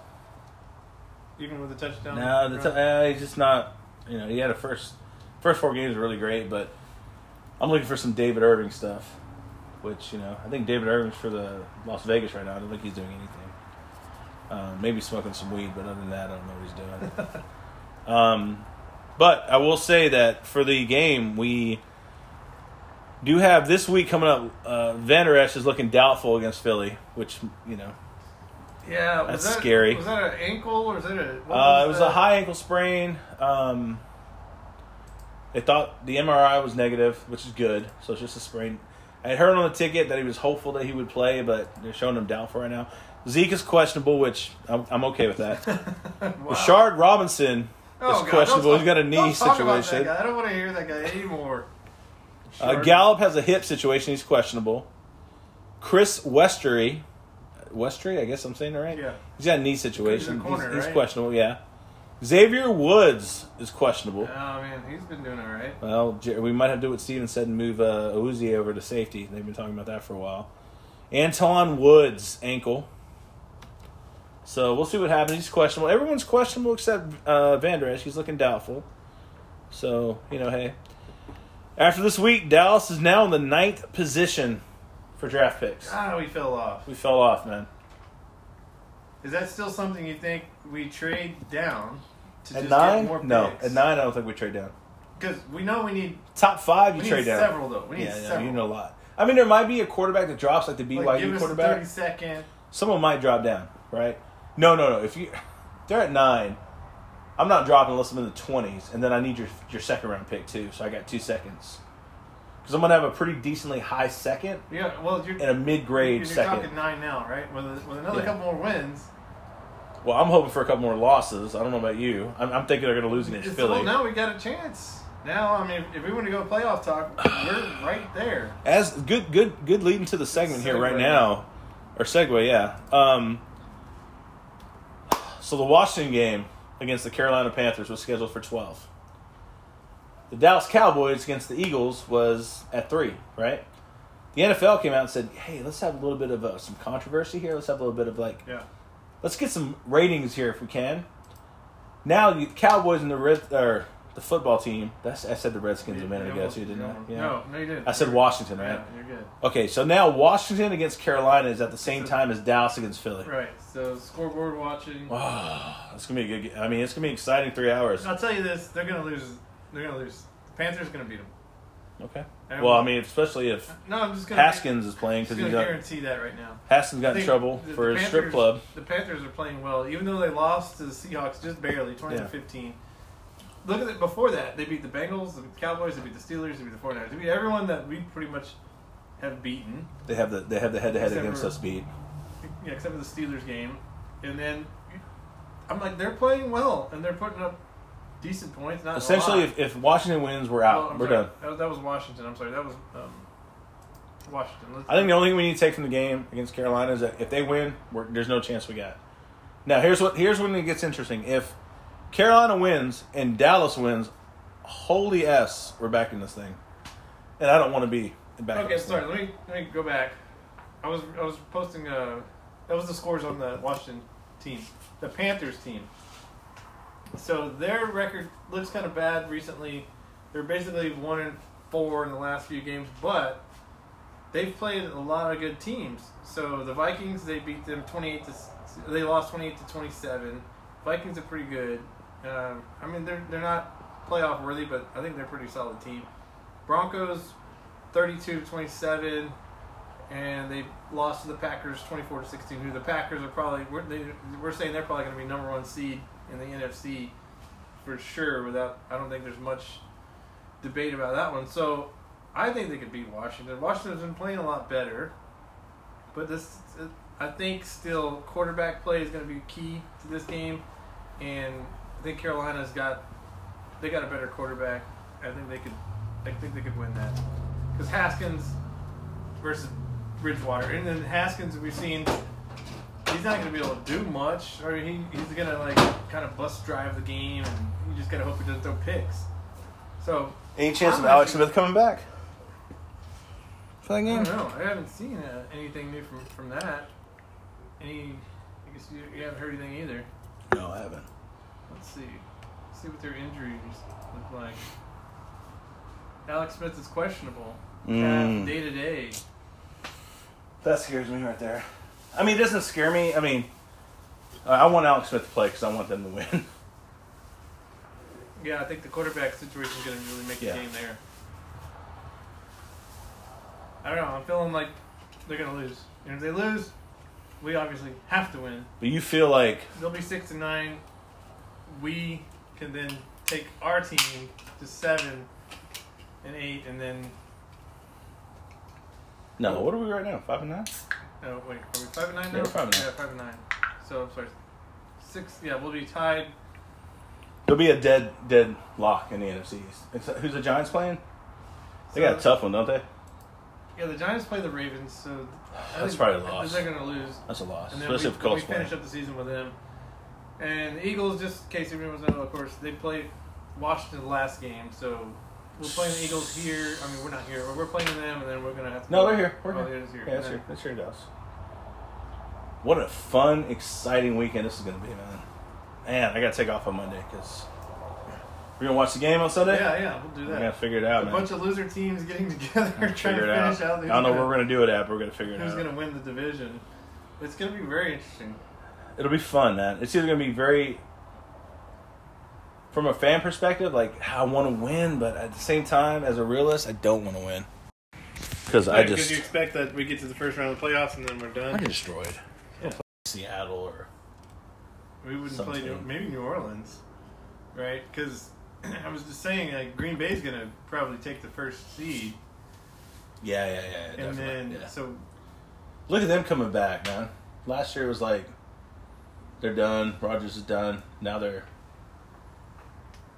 Even with the touchdown. No, the run. t- uh, he's just not. You know, he had a first first four games were really great, but I'm looking for some David Irving stuff, which you know I think David Irving's for the Las Vegas right now. I don't think he's doing anything. Um, maybe smoking some weed, but other than that, I don't know what he's doing. um, but I will say that for the game, we do have this week coming up. Uh, Van Der Esch is looking doubtful against Philly, which you know yeah, was That's that, scary. Was that an ankle or was that a? what Uh, it was a that? high ankle sprain. Um, they thought the MRI was negative, which is good. So it's just a sprain. I had heard on the ticket that he was hopeful that he would play, but they're showing him doubtful right now. Zeke is questionable, which I'm, I'm okay with that. wow. Rashard Robinson Oh, is God, don't questionable. talk- He's got a don't knee talk about that situation. guy. I don't want to hear that guy anymore. Uh, Sure. Gallup has a hip situation. He's questionable. Chris Westery, Westery, I guess I'm saying it right. Yeah. He's got a knee situation. He's a corner, he's right? questionable. Yeah. Xavier Woods is questionable. Oh man, he's been doing all right. Well, Jer- we might have to do what Steven said and move uh, Ouzi over to safety. They've been talking about that for a while. Anton Woods ankle. So we'll see what happens. He's questionable. Everyone's questionable except uh, Van Der Esch. He's looking doubtful. So you know, hey. After this week, Dallas is now in the ninth position for draft picks. Ah, we fell off. We fell off, man. Is that still something you think we trade down to At just nine, get more picks? no. At nine, I don't think we trade down. because we know we need Top five, you we trade need down. several though. We need yeah, yeah, several. you know a lot. I mean, there might be a quarterback that drops, like the BYU like, give us quarterback. thirty second. someone might drop down, right? No, no, no. If you they're at nine, I'm not dropping unless I'm in the twenties, and then I need your your second round pick too. So I got two seconds because I'm gonna have a pretty decently high second Yeah, well, you're, and a mid grade you're second. talking nine now, right? With, with another Yeah. couple more wins, well, I'm hoping for a couple more losses. I don't know about you. I'm, I'm thinking they're gonna lose against it's, Philly. well, now we got a chance. Now, I mean, if we want to go playoff talk, we're right there. As good, good, good leading to the segment here right Segue. now, or segue, yeah. Um, so the Washington game against the Carolina Panthers was scheduled for twelve. The Dallas Cowboys against the Eagles was at three, right? The NFL came out and said, "Hey, let's have a little bit of uh, some controversy here. Let's have a little bit of like, Yeah. let's get some ratings here if we can." Now the Cowboys and the Red or the football team. That's I said the Redskins a minute ago, so you didn't. I? Yeah. No, no, you didn't. I said Washington, right? Yeah, you're good. Okay, so now Washington against Carolina is at the same time as Dallas against Philly. Right. So scoreboard watching. Oh, it's gonna be a good. Game. I mean, it's gonna be an exciting three hours. I'll tell you this: they're gonna lose. They're gonna lose. Panthers gonna beat them. Okay. And- Well, I mean, especially if No, I'm just gonna. Haskins is playing I'm just because gonna he's got, guarantee that right now. Haskins I got in think trouble the- for the his strip Panthers- club. The Panthers are playing well, even though they lost to the Seahawks just barely, twenty Yeah. to fifteen. Look at it. Before that, they beat the Bengals, the Cowboys, they beat the Steelers, they beat the 49ers. They beat everyone that we pretty much have beaten. They have the they have the head to head Except against for- us beat. Yeah, except for the Steelers game. And then I'm like, they're playing well, and they're putting up decent points. Not a Essentially, lot. if, if Washington wins, we're Oh, out. I'm we're sorry. done. That was, that was Washington. I'm sorry. That was um, Washington. Let's, I think the only thing we need to take from the game against Carolina is that if they win, we're, there's no chance we got. it. Now here's what here's when it gets interesting. If Carolina wins and Dallas wins, holy s, we're back in this thing, and I don't want to be back. in Okay, this thing. sorry. Let me let me go back. I was I was posting uh that was the scores on the Washington team, the Panthers team. So their record looks kind of bad recently. They're basically one and four in the last few games, but they've played a lot of good teams. So the Vikings they beat them twenty eight to s- they lost twenty eight to twenty seven. Vikings are pretty good. Um, I mean they're they're not playoff worthy, but I think they're a pretty solid team. Broncos 32 27 and they lost to the Packers 24 to 16 who the Packers are probably we're, they, we're saying they're probably going to be number 1 seed in the NFC for sure without I don't think there's much debate about that one so I think they could beat Washington Washington's been playing a lot better but this I think still quarterback play is going to be key to this game and I think Carolina's got they got a better quarterback I think they could I think they could win that because Haskins versus Bridgewater, and then Haskins we've seen he's not going to be able to do much, or he, he's going to like kind of bust drive the game, and you just got to hope he doesn't throw picks. So Any chance I'm of Alex actually- Smith coming back? For that I game? don't know. I haven't seen uh, anything new from from that. Any? I guess you, you haven't heard anything either. No, I haven't. Let's see. Let's see what their injuries look like. Alex Smith is questionable. Mm. Day to day. That scares me right there. I mean, it doesn't scare me. I mean, I I want Alex Smith to play because I want them to win. Yeah, I think the quarterback situation is going to really make Yeah. the game there. I don't know. I'm feeling like they're going to lose. And if they lose, we obviously have to win. But you feel like They'll be six and nine. We can then take our team to seven and eight, and then no. What are we right now? Five and nine. oh wait, are we five and nine now? Yeah, we're five and nine. Yeah, five and nine. So I'm sorry, six. Yeah, we'll be tied. There'll be a dead dead lock in the NFC East. Except, who's the Giants playing? They got a tough one, don't they? Yeah, the Giants play the Ravens, so I That's think- probably a I think loss. They're going to lose. That's a loss, And then especially we, if Colts we play. finish up the season with them. And the Eagles, just in case everyone doesn't know, of course, they played Washington last game, so we're playing the Eagles here. I mean, we're not here, but we're playing them, and then we're gonna have to. No, they're here. We're oh, here. they're just here. Yeah, And that's then- here. That's here in Dallas. What a fun, exciting weekend this is going to be, man. Man, I got to take off on Monday because we're going to watch the game on Sunday. Yeah, yeah, we'll do We that. gotta figure it out, a man. bunch of loser teams getting together, We're trying gonna to finish figure it out. out. I don't know who's gonna- where we're gonna do it at, but we're gonna figure it who's out. gonna win the division. It's gonna be very interesting. It'll be fun, man. It's either gonna be very, from a fan perspective, like I want to win, but at the same time, as a realist, I don't want to win because I just you expect that we get to the first round of the playoffs and then we're I done. get destroyed. Yeah. Seattle or We wouldn't Some play New, team. maybe New Orleans, right? Because I was just saying, like Green Bay's gonna probably take the first seed, yeah, yeah, yeah. yeah, and definitely, then yeah. so look at them coming back, man. Last year was like they're done. Rogers is done. Now they're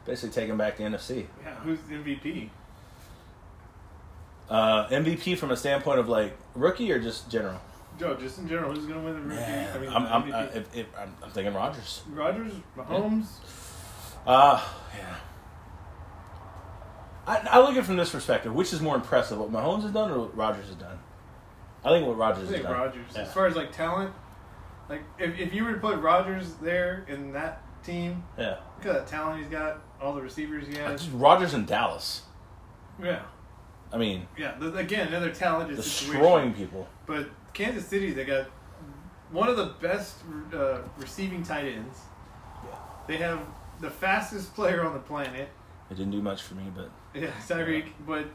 basically taking back the NFC. yeah, who's MVP? Uh, MVP from a standpoint of like rookie or just general? Joe, just in general, who's gonna win the rookie? I mean, I'm, uh, I'm, I, MVP? if, if, I'm, I'm thinking Rogers. Rodgers, Mahomes. Uh, yeah. I, I look at it from this perspective, which is more impressive, what Mahomes has done or what Rogers has done? I think what I Rogers has think done. Rodgers. Yeah. As far as like talent, like if, if you were to put Rodgers there in that team, yeah. look at that talent he's got, all the receivers he has. Just Rogers in Dallas. Yeah, I mean, yeah. th- Again, another talented situation. destroying people. But Kansas City, they got one of the best uh, receiving tight ends. Yeah. They have the fastest player on the planet, It didn't do much for me, but yeah, Tyreek. But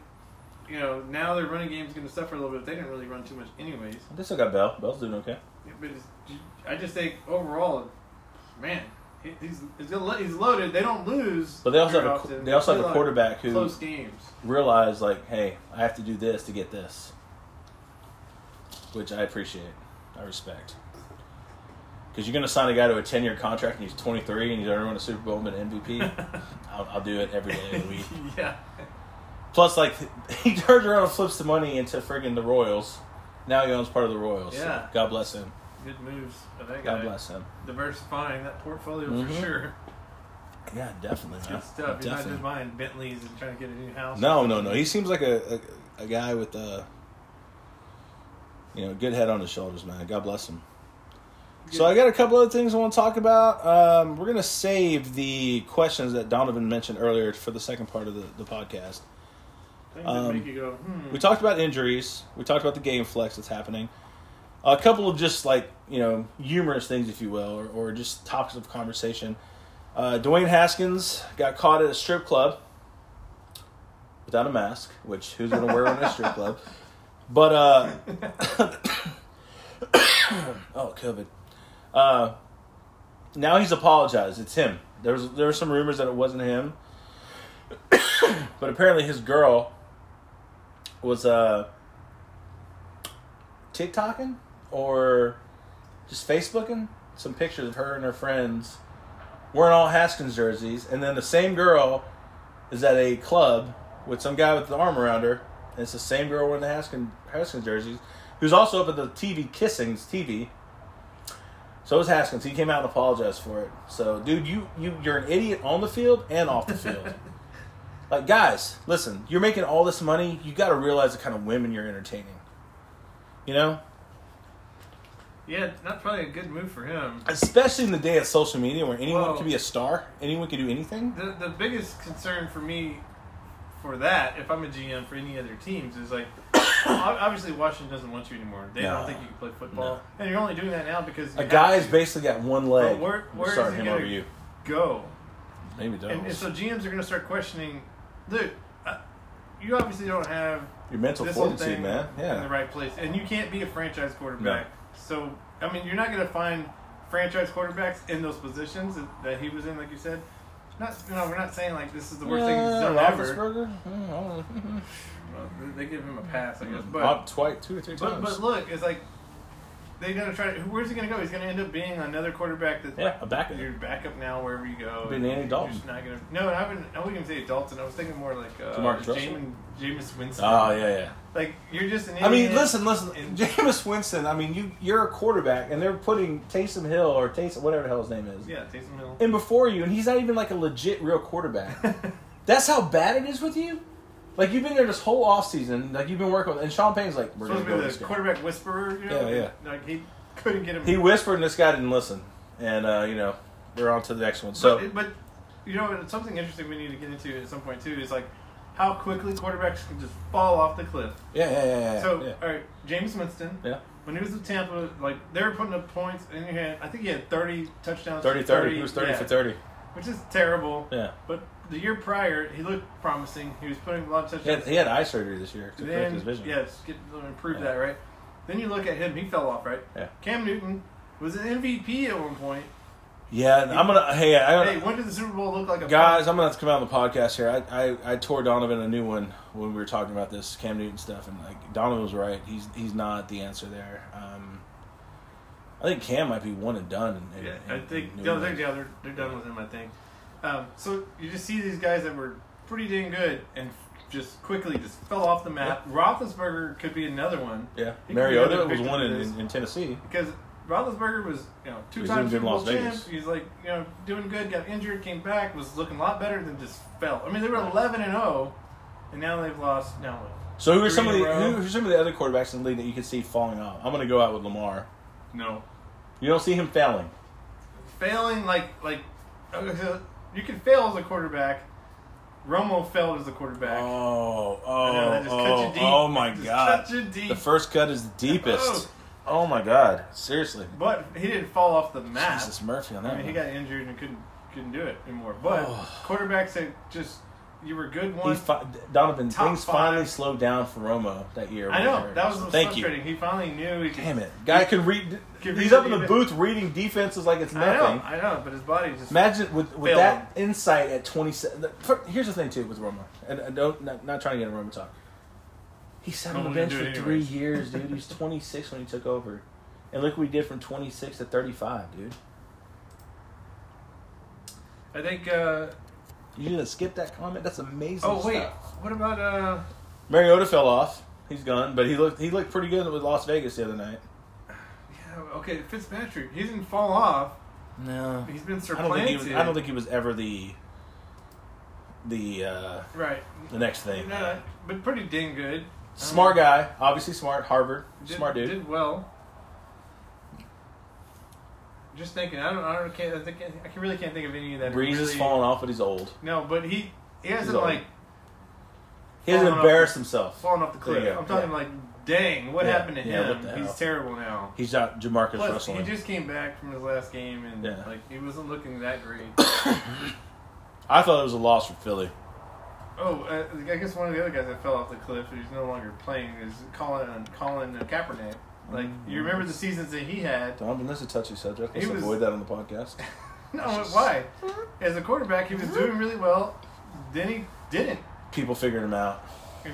you know now their running game's going to suffer a little bit. They didn't really run too much, anyways. they still got Bell. Bell's doing okay. But it's, I just think overall, man, he- he's he's, gonna, lo- he's loaded. They don't lose. But they also very have a qu- often. they also have They a like quarterback who- close games. Realize, like, hey, I have to do this to get this, which I appreciate. I respect. Because you're going to sign a guy to a 10 year contract and he's 23 and he's already won a Super Bowl and been MVP. I'll, I'll do it every day of the week. yeah. Plus, like, he turns around and flips the money into friggin' the Royals. Now he owns part of the Royals. so Yeah. God bless him. Good moves of that guy. God bless him. Diversifying that portfolio Mhm. for sure. Yeah, definitely. man. Good stuff. You're not Definitely. just buying Bentleys and trying to get a new house. No, no, no. He seems like a, a, a guy with a you know good head on his shoulders, man. God bless him. So I got a couple other things I want to talk about. Um, we're gonna save the questions that Donovan mentioned earlier for the second part of the, the podcast. Things um, that make you go, hmm. We talked about injuries. We talked about the game flex that's happening. A couple of just like you know humorous things, if you will, or, or just topics of conversation. Uh, Dwayne Haskins got caught at a strip club without a mask, which who's gonna wear one at a strip club? But uh, oh, COVID. Uh, now he's apologized. It's him. There was there were some rumors that it wasn't him, but apparently his girl was uh TikToking or just Facebooking some pictures of her and her friends wearing all Haskins jerseys, and then the same girl is at a club with some guy with the arm around her, and it's the same girl wearing the Haskins Haskins jerseys, who's also up at the TV Kissings TV. So it was Haskins. He came out and apologized for it. So, dude, you, you you're an idiot on the field and off the field. Like, guys, listen, you're making all this money. You got to realize the kind of women you're entertaining. You know? Yeah, not probably a good move for him. Especially in the day of social media where anyone Well- can be a star, anyone can do anything. The the biggest concern for me for that, if I'm a GM for any other teams, is like ob- obviously Washington doesn't want you anymore. They No. don't think you can play football, No. and you're only doing that now because you A have guy's to basically got one leg. But where- We're where is starting he him gonna- over you. go, Maybe and, don't. and so GMs are going to start questioning, dude. Uh, you obviously don't have Your mental this whole fortitude, thing man. in the Yeah. right place, and you can't be a franchise quarterback. So I mean, you're not going to find franchise quarterbacks in those positions that- that he was in, like you said. Not, you know, we're not saying like this is the worst thing he's done Yeah, ever. Roethlisberger? Mm, I don't know. Well, they- they give him a pass, I guess. Up But twice, two or three but, times. but look, it's like they're gonna try. To, where's he gonna go? He's gonna end up being another quarterback that Yeah, a backup. Your backup now, wherever you go. Be an Andy You're Dalton. just not gonna. No, I wouldn't. I wouldn't even say Dalton. I was thinking more like uh, Jamarcus Russell? Jamin, Jameis Winston. oh, yeah, yeah. Like you're just an. I mean, idiot. listen, listen. And- Jameis Winston, I mean, you, you're a quarterback, and they're putting Taysom Hill or Taysom, whatever the hell his name is. Yeah, Taysom Hill. and before you, and he's not even like a legit real quarterback. That's how bad it is with you. Like you've been there this whole offseason, like you've been working with, and Sean Payne's like, we're gonna Supposed go to with be this the guy. quarterback whisperer. You know? Yeah, Like he couldn't get him. He whispered, and this guy didn't listen, and uh, you know we're on to the next one. So but, but you know something interesting we need to get into at some point too is like how quickly quarterbacks can just fall off the cliff. yeah, yeah, yeah, yeah. So, yeah. all right, James Winston. Yeah. When he was with Tampa, like they were putting up points, and he had I think he had thirty touchdowns. 30 30. He was 30 yeah, for 30. which is terrible. Yeah. But the year prior, he looked promising. He was putting a lot of He had, touchdowns. he had eye surgery this year to correct his then, vision. yeah, just get improve Yeah. that, right? Then you look at him; he fell off, right? Yeah. Cam Newton was an MVP at one point. Yeah, and I'm going to, hey, I Hey, when did the Super Bowl look like a Guys, I'm gonna have to come out on the podcast here. I, I, I tore Donovan a new one when we were talking about this Cam Newton stuff, and like Donovan was right. He's he's not the answer there. Um, I think Cam might be one and done. In, in- Yeah, in I think New the other England. thing, yeah, they're, they're done with him. I think. Um, so you just see these guys that were pretty dang good and just quickly just fell off the map. Roethlisberger could be another one Yeah, He could be Mariota another was victim one in, of this. in, in Tennessee. because Roethlisberger was you know He two was times in Super Las Bowl champ. Vegas. He's like you know doing good, got injured, came back, was looking a lot better than just fell. I mean they were eleven and zero, and now they've lost now what? So who are Three some of the in a row. who, who are some of the other quarterbacks in the league that you can see falling off? I'm gonna go out with Lamar. No, You don't see him failing. failing like like okay, so you can fail as a quarterback. Romo failed as a quarterback. Oh, I know, that oh, just cuts you oh, deep. oh my Just god! cuts you deep. The first cut is the deepest. Oh my god! Seriously, But he didn't fall off the map. Jesus Murphy on that. I mean, he one. got injured and couldn't couldn't do it anymore. But quarterbacks that just you were good Oh. He once. fi- Donovan, Top things five. finally slowed down for Romo that year. I know that was Thank you. frustrating. He finally knew. He could, Damn it, guy could read. Could he's read up in the the defense. booth reading defenses like it's I know, nothing. I know, but his body just. Imagine with, with Failed. that insight at twenty seven. Here's the thing too with Romo, and I don't not, not trying to get a Romo talk. He sat No on the one would bench do for it three anyways. years, dude. He was twenty six when he took over, And look what we did from 26 to 35, dude. I think. Uh, You should have skipped that comment. That's amazing. oh wait, stuff. what about uh? Mariota fell off. He's gone, but he looked he looked pretty good with Las Vegas the other night. Yeah, okay, Fitzpatrick. He didn't fall off. No, He's been I don't think he was. supplanted. I don't think he was ever the the uh, Right. the next thing. No, but pretty dang good. Um, Smart guy, obviously smart. Harvard, Did, smart dude. Did well. Just thinking, I don't, I don't, can't, I, think, I can really can't think of any of that. Breeze is really- falling off, but he's old. No, but he, he hasn't old. like He hasn't Falling off. embarrassed himself. fallen off the cliff. There you go, I'm talking yeah. like, dang, what Yeah, happened to yeah, what him? the He's hell? terrible now. He's not Jamarcus Plus, Russell. he just came back from his last game and Yeah. like he wasn't looking that great. I thought it was a loss for Philly. Oh, uh, I guess one of the other guys that fell off the cliff, who's no longer playing, is Colin Colin Kaepernick. Like you remember Mm. the seasons that he had? Donovan, that's a touchy subject. He Let's was- avoid that on the podcast. No, why? As a quarterback, he was doing really well. Then he didn't. People figured him out. And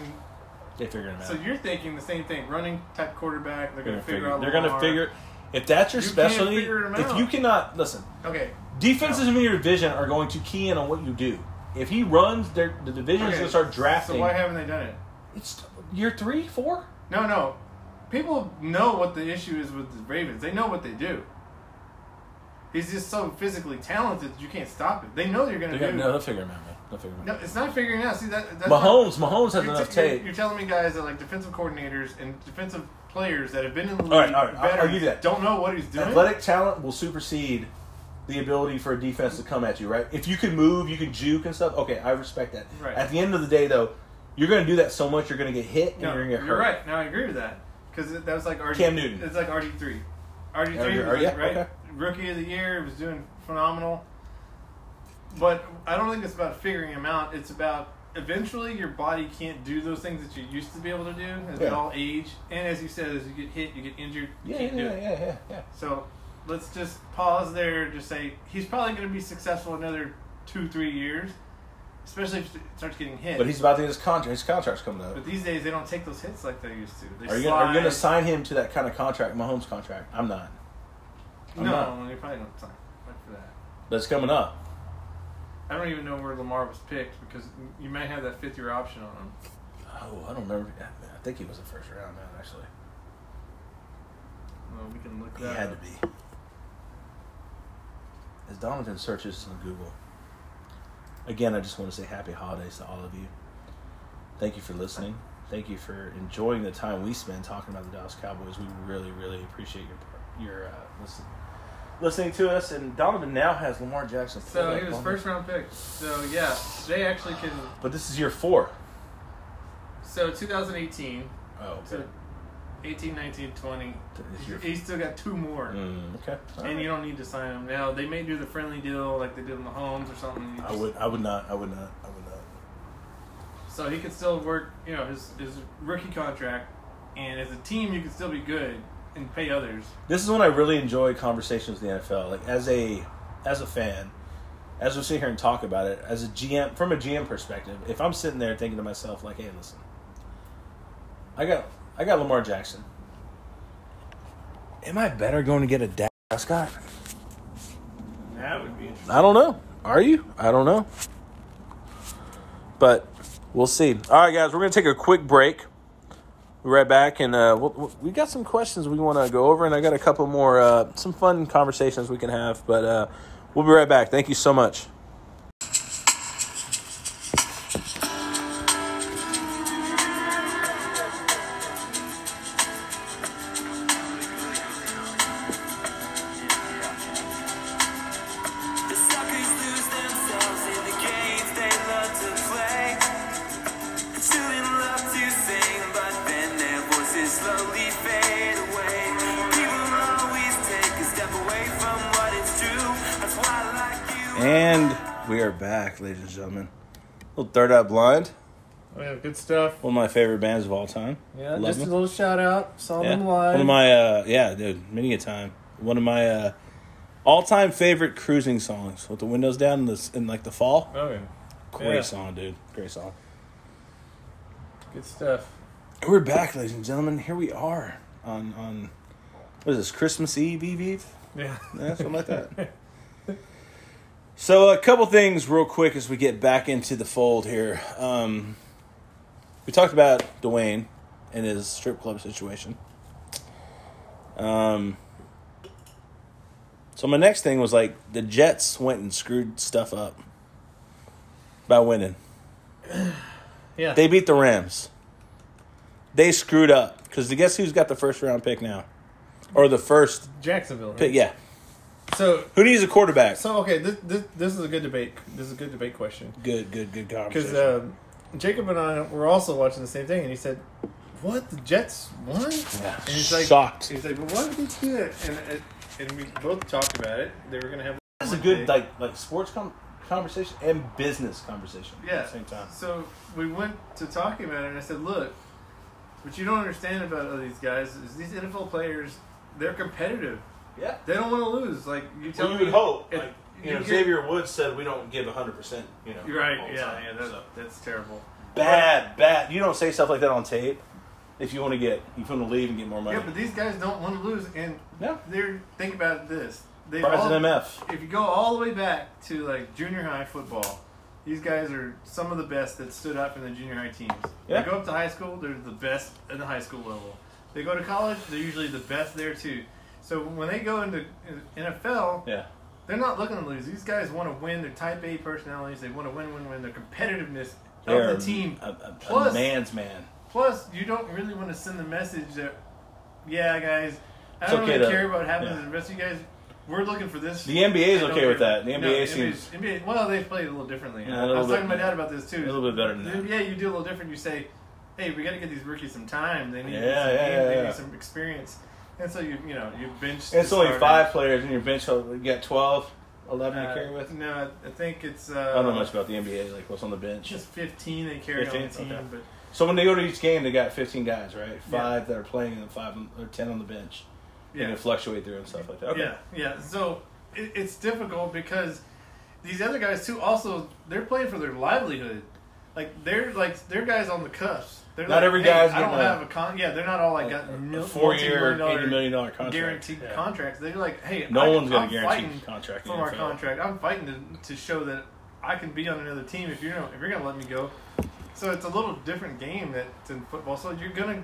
They figured him out. so you're thinking the same thing: running type quarterback. They're they're gonna gonna figure, figure. out. They're gonna Lamar. figure. If that's your You can't specialty, figure 'em if out. you cannot listen, Okay, defenses in your division are going to key in on what you do. If he runs, they're- the division is Okay, going to start drafting. so why haven't they done it? it's year three, four. No, no. People know what the issue is with the Ravens. They know what they do. He's just so physically talented that you can't stop it. They know you're gonna They're gonna, do. no, they'll figure him out. Man. They'll figure him No, out. it's not figuring out. See that. That's Mahomes, Mahomes has You're, enough t- you're- tape. you're telling me guys that like defensive coordinators and defensive players that have been in the league, All right, all right, I'll- I'll veterans, give you that. don't know what he's doing. Athletic talent will supersede the ability for a defense to come at you. Right? If you can move, you can juke and stuff. Okay, I respect that. Right. At the end of the day, though, you're gonna do that so much, you're gonna get hit and No, you're you're, gonna get hurt. right. Now I agree with that because that was like RG, Cam Newton. It's like RG three. RG three, Yeah, was yeah, right? okay. Rookie of the year was doing phenomenal, but I don't think it's about figuring him out. It's about eventually your body can't do those things that you used to be able to do as we Yeah. all age, and as you said, as you get hit, you get injured. Yeah, You yeah, can't do yeah, it. yeah, yeah, yeah. So let's just pause there. and Just say he's probably going to be successful another two, three years, especially if he starts getting hit. But he's about to get his contract. His contract's coming up. But these days they don't take those hits like they used to. They Are you, slide. gonna, are you gonna sign him to that kind of contract, Mahomes contract? I'm not. I'm no, not. you probably don't sign. Wait for that. But it's coming up. I don't even know where Lamar was picked because you might have that fifth year option on him. Oh, I don't remember. I think he was a first round man. Actually, Well, we can look he that. had to up. be. As Donovan searches on Google, again, I just want to say happy holidays to all of you. Thank you for listening. Thank you for enjoying the time we spend talking about the Dallas Cowboys. We really, really appreciate your your uh, listen, listening to us. And Donovan now has Lamar Jackson. pulled So up he was on first him. round pick. So yeah, they actually can. But this is year four. So 2018, Oh, so 18, 19, 20. This year- He's still got two more. Mm, okay. And you don't need to sign them now. They may do the friendly deal like they did in the homes or something. You I just- would. I would not. I would not. I would not. So he could still work, you know, his his rookie contract, and as a team, you could still be good and pay others. This is when I really enjoy conversations in the NFL. Like as a, as a fan, as we sit here and talk about it, as a GM from a GM perspective, if I'm sitting there thinking to myself like, "Hey, listen, I got I got Lamar Jackson. Am I better going to get a Dak Prescott? That would be interesting. I don't know. Are you? I don't know. But we'll see. All right, guys, we're going to take a quick break. We're right back, and uh, we'll, we'll- we got some questions we want to go over, and I got a couple more, uh, some fun conversations we can have. But uh, we'll be right back. Thank you so much. The suckers lose themselves in the games they love to play. Children love to sing, but then their voices slowly fade away. People always take a step away from what is true. That's why I like you. And we are back, ladies and gentlemen. little Third Eye Blind, Oh, yeah, good stuff. one of my favorite bands of all time. Yeah, Love just them. a little shout out. Saw Yeah. them live. One of my uh yeah, dude, many a time. One of my uh all time favorite cruising songs with the windows down in the in like the fall. oh yeah, Great Yeah. song, dude. Great song. good stuff. We're back, ladies and gentlemen. Here we are on on What is this? Christmas Eve, Eve, Eve? Yeah. Yeah, something like that. So a couple things real quick as we get back into the fold here. Um, we talked about Dwayne and his strip club situation. Um, so my next thing was like the Jets went and screwed stuff up by winning. Yeah. They beat the Rams. They screwed up because guess who's got the first round pick now, or the first Jacksonville. right? pick? Yeah, So who needs a quarterback? so okay. This, this this is a good debate. This is a good debate question. Good, good, good because conversation. um, Jacob and I were also watching the same thing, and he said, "What the Jets won?" Yeah, and he's like, shocked. He's like, "But why did they do that?" And it- and we both talked about it. They were gonna have. That's a good like like sports com- conversation and business conversation. yeah. at the same time. So we went to talking about it, and I said, "Look, what you don't understand about all these guys is these NFL players. They're competitive. Yeah. They don't want to lose. Like you tell Well, you me, would hope. if- Like, you know, get- Xavier Woods said we don't give 100%, you know. You're right. all the Yeah. time, Yeah. That's, so. that's terrible. Bad, bad. You don't say stuff like that on tape if you want to get, if you want to leave and get more money. Yeah, but these guys don't want to lose, and No. they're think about this. They Prize all, in MF. If you go all the way back to like junior high football, these guys are some of the best that stood out from the junior high teams. Yeah. They go up to high school, they're the best in the high school level. They go to college, they're usually the best there too. So when they go into uh, NFL, Yeah. they're not looking to lose. These guys want to win. They're type A personalities. They want to win, win, win. Their competitiveness They're of the team. A, a, a Plus- man's man. Plus, you don't really want to send the message that, yeah, guys, I It's don't okay really to- care about what happens yeah. to the rest of you guys. We're looking for this. The NBA is I don't okay with care. that. The NBA seems- NBA, well, they play it a little differently. Yeah, a I little was talking to bit- my dad about this A too. little bit better than The that. NBA, you do a little different. You say, hey, we got to get these rookies some time. They need Yeah, some yeah, game. yeah, They yeah. need some experience. And so you, you know, you bench. the It's only starters. five players in your bench, so you got 12, 11 to Uh, carry with. No, I think it's. Uh, I don't know much about the NBA, like what's on the bench. Just fifteen they carry on the 15? team, Okay. but So when they go to each game, they got 15 guys, right? Five that are playing and five on- or 10 on the bench. yeah. And they fluctuate through and stuff like that. Okay. Yeah, yeah. So it, it's difficult because these other guys too. Also, they're playing for their livelihood. Like they're like they're guys on the cuffs. They're Not like, every "Hey, guy's I don't getting a- have a con. Yeah, they're not all like got A mil- four-year, multi-million dollar $80 million contract. guaranteed Yeah. contracts. They're like, hey, No I, one's I'm got a fighting guaranteed contract. in for my the NFL. contract. I'm fighting to, to show that I can be on another team if you're not, if you're gonna let me go. So it's a little different game that's in football. So you're gonna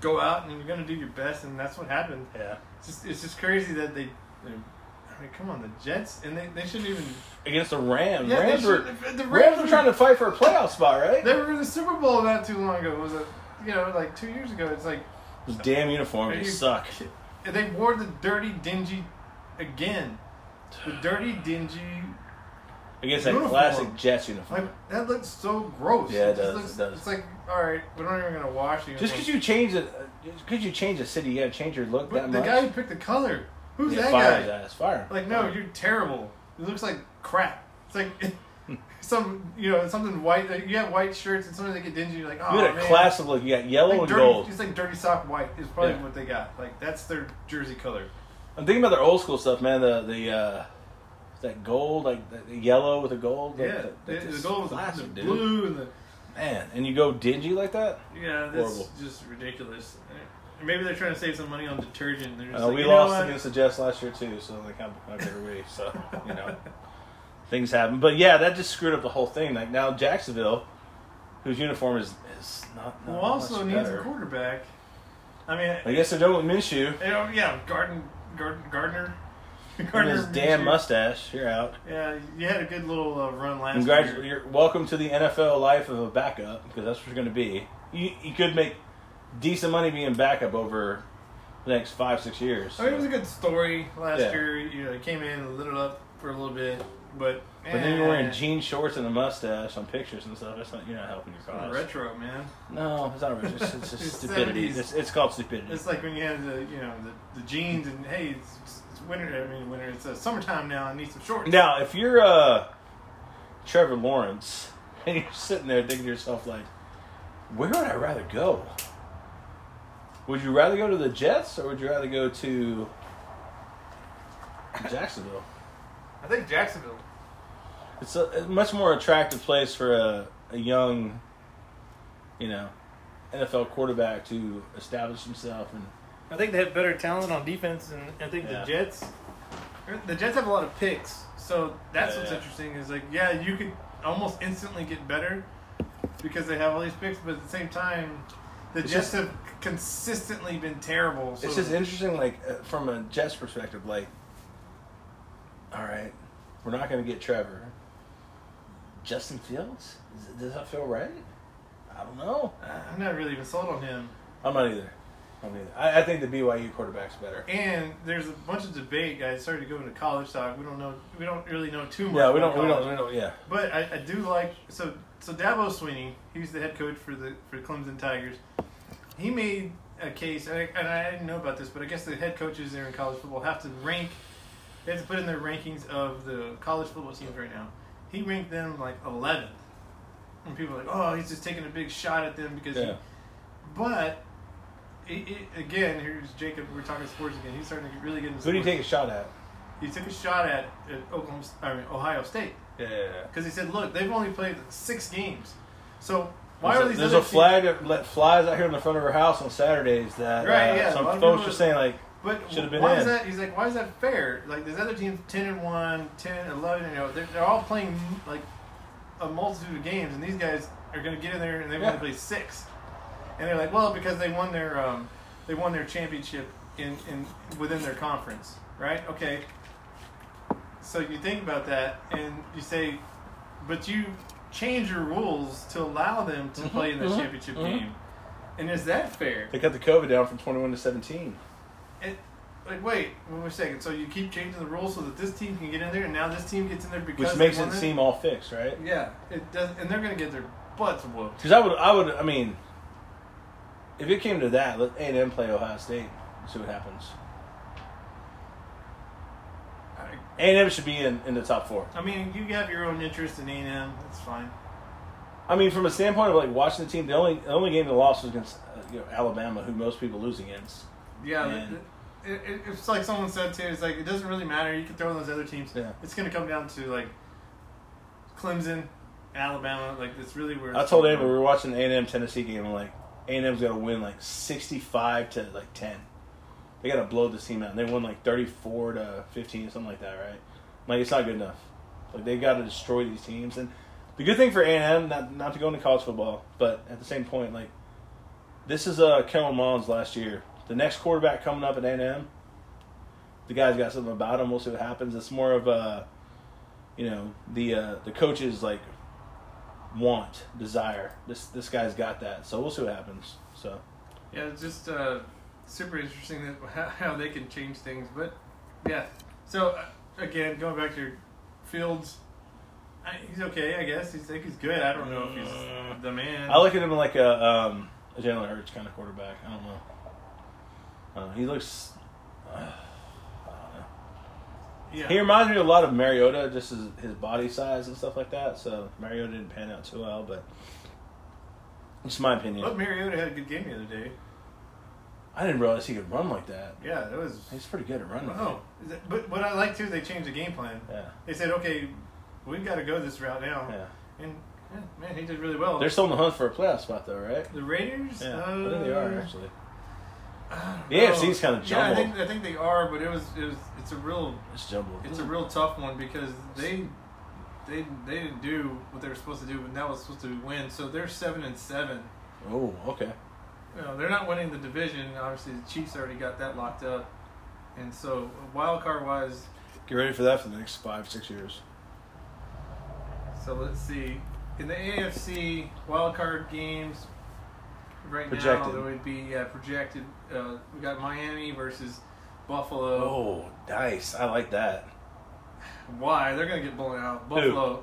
go out and you're gonna do your best, and that's what happened. Yeah. It's just, it's just crazy that they. they- I mean, come on, the Jets, and they, they shouldn't even. Against the Rams. Yeah, Rams, they were, should, the Rams were trying to fight for a playoff spot, right? They were in the Super Bowl not too long ago. It was a, you know, like two years ago. It's like Those damn uniforms, Are they you- suck. and they wore the dirty, dingy, again, the dirty, dingy. Against that Uniform. classic Jets uniform. Like that looks so gross. Yeah, it just does, looks- it does. It's like all right, we're not even gonna wash you. Just because you change it, just because you change the city, you gotta change your look But that the much. guy who picked the color, who's yeah, that fire guy? his ass, fire. Like, no, you're terrible. It looks like crap. It's like some, you know, something white. Like you have white shirts, and sometimes they get dingy. You're like, oh you had a man. classic look. You got yellow like and dirty, gold. It's like dirty sock white is probably Yeah. what they got. Like that's their jersey color. I'm thinking about their old school stuff, man. The the uh, that gold, like the, the yellow with the gold. like, yeah, that- that's the, the gold was the, classic, dude. blue and the Man, and you go dingy like that? yeah. That's Horrible. just ridiculous. And Maybe they're trying to save some money on detergent. They're just Uh, like, we you know lost what? against the Jets last year too, so like how how good are we? So you know, things happen. But yeah, that just screwed up the whole thing. Like now Jacksonville, whose uniform is is not. not Well, also much needs better. a quarterback. I mean, I guess they're done with Minshew you know, yeah, Garden, Garden, Gardner, and his damn Minshew. mustache. You're out. Yeah, you had a good little uh, run last Congrats! year. You're welcome to the NFL life of a backup because that's what you're going to be. You, you could make decent money being backup over the next five six years. I mean, it was a good story last Yeah. year. You know, he came in and lit it up for a little bit, but but then you're wearing eh, jean shorts and a mustache on pictures and stuff. That's not you're not helping your cause. retro, man. No, it's not rich. It's, it's just It's stupidity. 70s. It's, it's called stupidity. It's like when you had the you know the, the jeans and hey, it's, it's winter. I mean, winter. It's uh, summertime now. I need some shorts. now, if you're uh, Trevor Lawrence and you're sitting there thinking to yourself, like, where would I rather go? Would you rather go to the Jets or would you rather go to Jacksonville? I think Jacksonville. It's a, a much more attractive place for a, a young, you know, NFL quarterback to establish himself and I think they have better talent on defense, and I think Yeah. the Jets. The Jets have a lot of picks, so that's Yeah, what's yeah. interesting. Is like, yeah, you could almost instantly get better because they have all these picks, but at the same time, the It's Jets just- have consistently been terrible. So It's just interesting, like uh, from a Jets perspective. Like, all right, we're not going to get Trevor. Justin Fields? Is it- Does that feel right? I don't know. I'm not really even sold on him. I'm not either. I'm not either. I, I think the BYU quarterback's better. And there's a bunch of debate, guys. Started to go into college talk. We don't know. We don't really know too much. Yeah, we about don't. We don't. college. We don't. Yeah. But I, I do like so so Dabo Sweeney. He's the head coach for the for Clemson Tigers. He made a case, and I, and I didn't know about this, but I guess the head coaches there in college football have to rank. They have to put in their rankings of the college football teams right now. He ranked them like 11th. And people are like, oh, he's just taking a big shot at them because. Yeah. He, but it, it, again, here's Jacob. We're talking sports again. He's starting to really get into. Who do you sports. take a shot at? He took a shot at, at Oklahoma. I mean, Ohio State. Yeah. yeah, yeah. Because he said, look, they've only played six games. So why There's are a- these There's other a flag that let flies out here in the front of her house on Saturdays that Right, uh, yeah, a lot some of folks people- are saying like teams, but should've been why in. is that? He's like, why is that fair? Like, these other teams, 10 and 1, 10, 11, you know, they're, they're all playing, like, a multitude of games, and these guys are going to get in there and they've Yeah. only played six. And they're like, well, because they won their, um, they won their championship in, in within their conference, right? Okay. So you think about that, and you say, but you change your rules to allow them Mm-hmm. to play in the championship game. And is that fair? they cut the COVID down from 21 to 17. It, like, wait, wait a second. So you keep changing the rules so that this team can get in there, and now this team gets in there because Which they makes won it seem all fixed, right? Yeah, it does, and they're gonna get their butts whooped. Because I would, I would, I mean, if it came to that, let A and M play Ohio State, and see what happens. I, A and M should be in, in the top four. I mean, you have your own interest in A&M. That's fine. I mean, from a standpoint of like watching the team, the only the only game they lost was against uh, you know, Alabama, who most people lose against. Yeah, And- it, it, it- it's like someone said too. It's like it doesn't really matter. You can throw in those other teams. Yeah. It's gonna come down to like Clemson, Alabama. Like that's really where I told Amber we were watching the A and M Tennessee game, and like A and M's gonna win like sixty five to like ten. They gotta blow this team out. And they won like thirty four to fifteen, something like that, right? Like it's not good enough. Like they gotta destroy these teams. And the good thing for A and M, not not to go into college football, but at the same point, like this is uh Kellen Mons last year. The next quarterback coming up at A and M, the guy's got something about him. We'll see what happens. It's more of a, you know, the uh, the coaches like want, desire. This this guy's got that. So we'll see what happens. So Yeah, it's just uh, super interesting that how, how they can change things. But yeah, so uh, again, going back to your Fields, I, he's okay, I guess. He's like he's good. I don't know if he's the man. Mm. I look at him like a um, a Jalen Hurts kind of quarterback. I don't know. I don't know. He looks. I don't know. yeah. He reminds me a lot of Mariota, just his, his body size and stuff like that. So Mariota didn't pan out too well, but it's my opinion. But Mariota had a good game the other day. I didn't realize he could run like that. Yeah, that was. He's pretty good at running. Oh, is that- but what I like too, they changed the game plan. Yeah, They said, okay, we've got to go this route now. yeah. And yeah, man, he did really well. They're still in the hunt for a playoff spot, though, right? the Raiders. Yeah, uh, I think they are actually. The oh. AFC's kind of Yeah, I jumbled. think I think they are, but it was it was it's a real it's jumbled. It's a real tough one because they they they didn't do what they were supposed to do, and that was supposed to win. So they're seven and seven. Oh, okay. You know, they're not winning the division. Obviously, the Chiefs already got that locked up, and so wild card wise, Get ready for that for the next five, six years. so let's see in the AFC wild card games right Projected. now there would be uh, projected. Uh, we got Miami versus Buffalo. Oh, nice. I like that. Why they're gonna get blown out? Buffalo.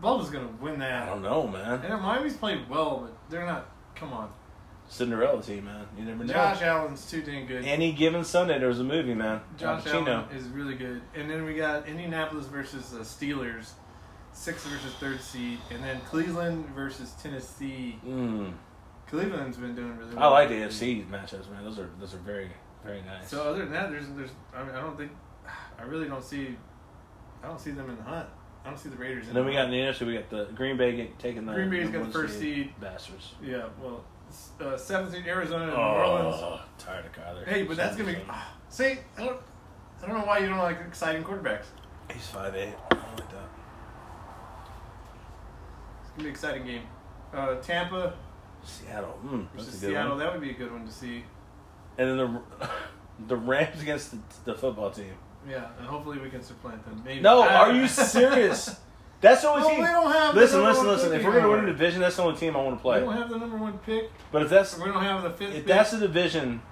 Buffalo's gonna win that. I don't know, And man. Miami's played well, but they're not. Come on. Cinderella team, man. You never know. Josh Allen's too dang good. Any given Sunday, there was a movie, man. Josh Al Pacino. Allen is really good. And then we got Indianapolis versus the Steelers, sixth versus third seed, and then Cleveland versus Tennessee. Mm. Cleveland's been doing really well. Hmm. I like the AFC matchups, man. Those are those are very very nice. So other than that, there's there's I, mean, I don't think I really don't see I don't see them in the hunt. I don't see the Raiders. and then in we the got in hunt. the NFC, we got the Green Bay get, taking the Green Bay's number got one the first seed. Bastards. yeah. Well, s- uh, seventh seed Arizona and New Orleans. Oh, tired of Kyler. Hey, but that's gonna be. ah, See, I don't, I don't know why you don't like exciting quarterbacks. He's five eight. I don't like that. It's gonna be an exciting game. Uh, Tampa Seattle. Mm, that's a versus good Seattle. one. That would be a good one to see. And then the the Rams against the, the football team. Yeah, and hopefully we can supplant them. Maybe. No, I- are you serious? That's the only Well, team. we don't have the listen, number listen, one listen. pick If we're gonna win a anymore. division, that's the only team I want to We play. don't have the number one pick. But if that's We don't have the fifth. if pick. that's the division,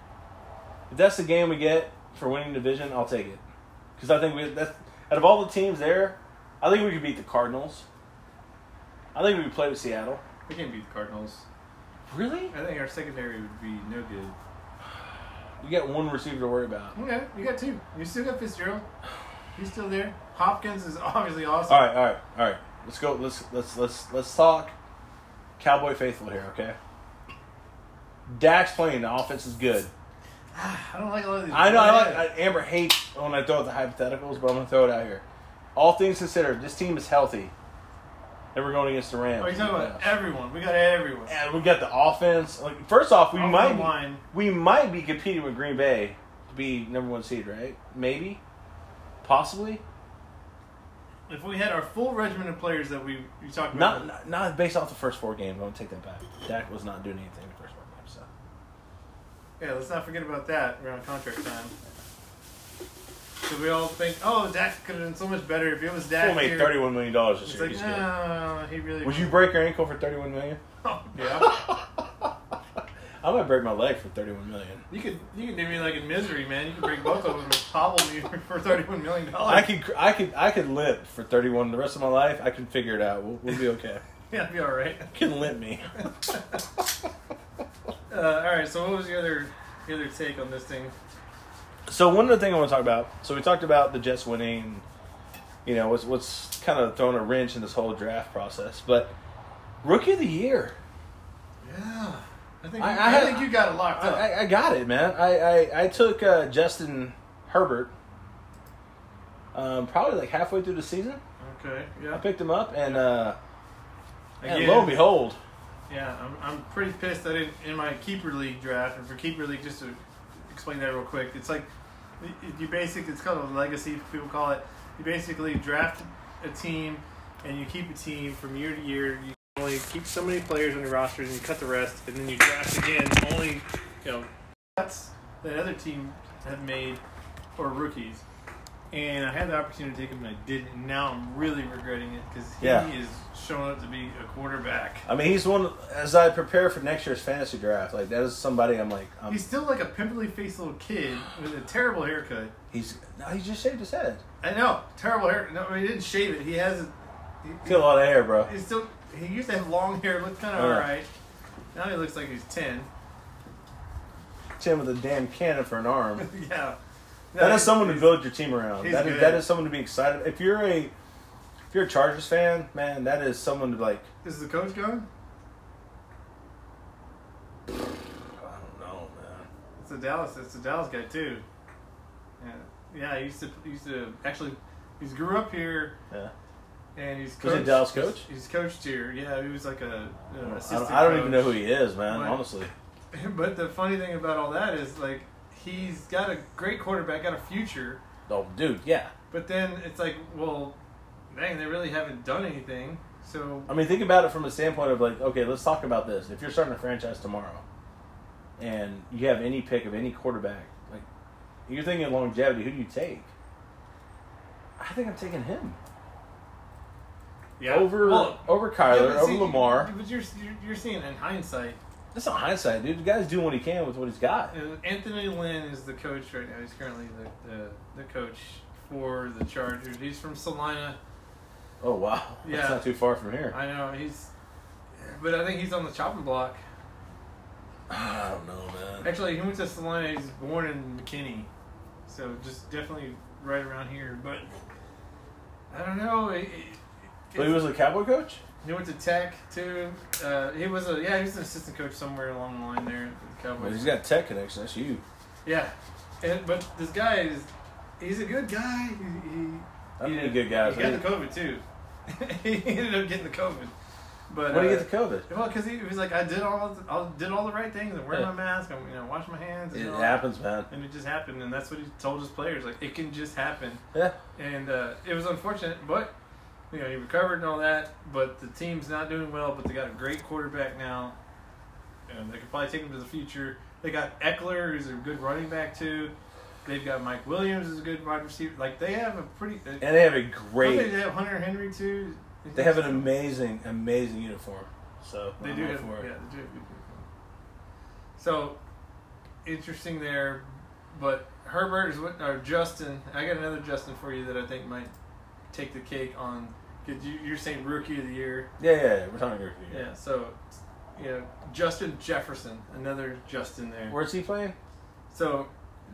if that's the game we get for winning division, I'll take it. Because I think we that's out of all the teams there, I think we could beat the Cardinals. I think we could play with Seattle. we can't beat the Cardinals. Really? I think our secondary would be no good. We got one receiver to worry about. Okay, you got two. You still got Fitzgerald. He's still there. Hopkins is obviously awesome. All right, all right, all right. Let's go. Let's let's let's let's talk Cowboy faithful here, okay? Dak's playing. The offense is good. I don't like a lot of these. I know. I like I, Amber hates when I throw out the hypotheticals, but I'm gonna throw it out here. All things considered, this team is healthy, and we're going against the Rams. Are you talking about Yeah. everyone? We got everyone. And we got the offense. Like first off, we Offensive might line. we might be competing with Green Bay to be number one seed, right? Maybe, possibly. If we had our full regiment of players that we you talked Not, about, not not based off the first four games. I'm gonna take that back. Dak was not doing anything in the first four games. So. yeah, let's not forget about that around contract time. Because we all think, oh, Dak could have done so much better if it was Dak. Still made here. thirty-one million dollars this It's year. like, He's good. no, he really. Would you break your ankle for thirty-one million? yeah. I might break my leg for thirty-one million. You could you could do me like in misery, man. You could break both of them and hobble me for thirty-one million dollars. I could, I could, I could limp for 31 the rest of my life. I can figure it out. We'll, we'll be okay. Yeah, that'd be all right. can limp me. Uh, all right. So, what was your other the other take on this thing? So one other thing I want to talk about. So we talked about the Jets winning. You know, what's what's kind of throwing a wrench in this whole draft process. But rookie of the year, Yeah, I think I- you- I I, had- think you got it locked I, up. I, I got it, man. I I, I took uh, Justin Herbert. Um, probably like halfway through the season, okay. I Yeah. picked him up, and uh, and Again. lo and behold, Yeah, I'm, I'm pretty pissed that in, in my keeper league draft, and for keeper league, just to explain that real quick, it's like y- you basically it's called a legacy. People call it. You basically draft a team, and you keep a team from year to year. You only keep so many players on your roster, and you cut the rest, and then you draft again. Only you know cuts that other teams have made or rookies. And I had the opportunity to take him, and I didn't. And now I'm really regretting it because he Yeah. is showing up to be a quarterback. I mean, he's one. As I prepare for next year's fantasy draft, like that is somebody I'm like, I'm, He's still like a pimply faced little kid with a terrible haircut. He's no, he just shaved his head. I know, terrible hair. No, he didn't shave it. He has. A, he, Still a lot of hair, bro. he's still. He used to have long hair. Looked kind of Yeah. all right. Now he looks like he's ten. It's him with a damn cannon for an arm. yeah. That No, is someone to build your team around. he's That is, good. that is someone to be excited. If you're a if you're a Chargers fan, man, that is someone to like. Is the coach gone? I don't know, man. It's a Dallas. It's a Dallas guy too. Yeah. Yeah. He used to. He used to actually. He's grew up here. Yeah, And he's coached. Was he a Dallas coach? He's, he's coached here. Yeah, he was like a, a I don't- I assistant don't, even know who he is, man. Right. Honestly, But the funny thing about all that is, like, he's got a great quarterback, got a future, oh, dude, yeah. but then it's like, well, dang, they really haven't done anything. So, I mean, think about it from a standpoint of like, okay, let's talk about this. If you're starting a franchise tomorrow, and you have any pick of any quarterback, like you're thinking longevity, who do you take? I think I'm taking him yeah, over Well, over yeah, Kyler, but over see, Lamar. But you're, you're, you're seeing in hindsight, That's not hindsight, dude. The guy's doing what he can with what he's got. uh, Anthony Lynn is the coach right now. He's currently the, the, the coach for the Chargers. He's from Salina. Oh wow, Yeah. that's not too far from here. I know, he's, but I think he's on the chopping block. I don't know, man. Actually, he went to Salina. He was born in McKinney, so just definitely right around here. But I don't know. It, it, But he was a cowboy coach. he went to Tech too. Uh, he was a yeah. He was an assistant coach somewhere along the line there. At the Well, Cowboys. he's got tech connection. That's you. yeah, and, but this guy is he's a good guy. He, he I he need did- good guys. He got the COVID too. he ended up getting the COVID. But What do you uh, get the COVID? Well, because he, he was like, I did all, the, all did all the right things. I wear Yeah. my mask. I you know wash my hands. And It all that. happens, man. And it just happened, and that's what he told his players. Like it can just happen, Yeah. and uh, it was unfortunate, but you know he recovered and all that. But the team's not doing well. But they got a great quarterback now, and they could probably take him to the future. They got Eckler, who's a good running back too. They've got Mike Williams, who's a good wide receiver. Like they have a pretty. uh, And they have a Don't They great. have Hunter Henry too. They have an amazing, amazing uniform. So They I'm do all have, for it. yeah, they do have good people. So interesting there, but Herbert is what or Justin. I got another Justin for you that I think might take the cake on. Cause you, you're saying rookie of the year, Yeah, yeah, yeah. We're talking rookie. yeah. So, you know, Justin Jefferson, another Justin there. Where's he playing? So,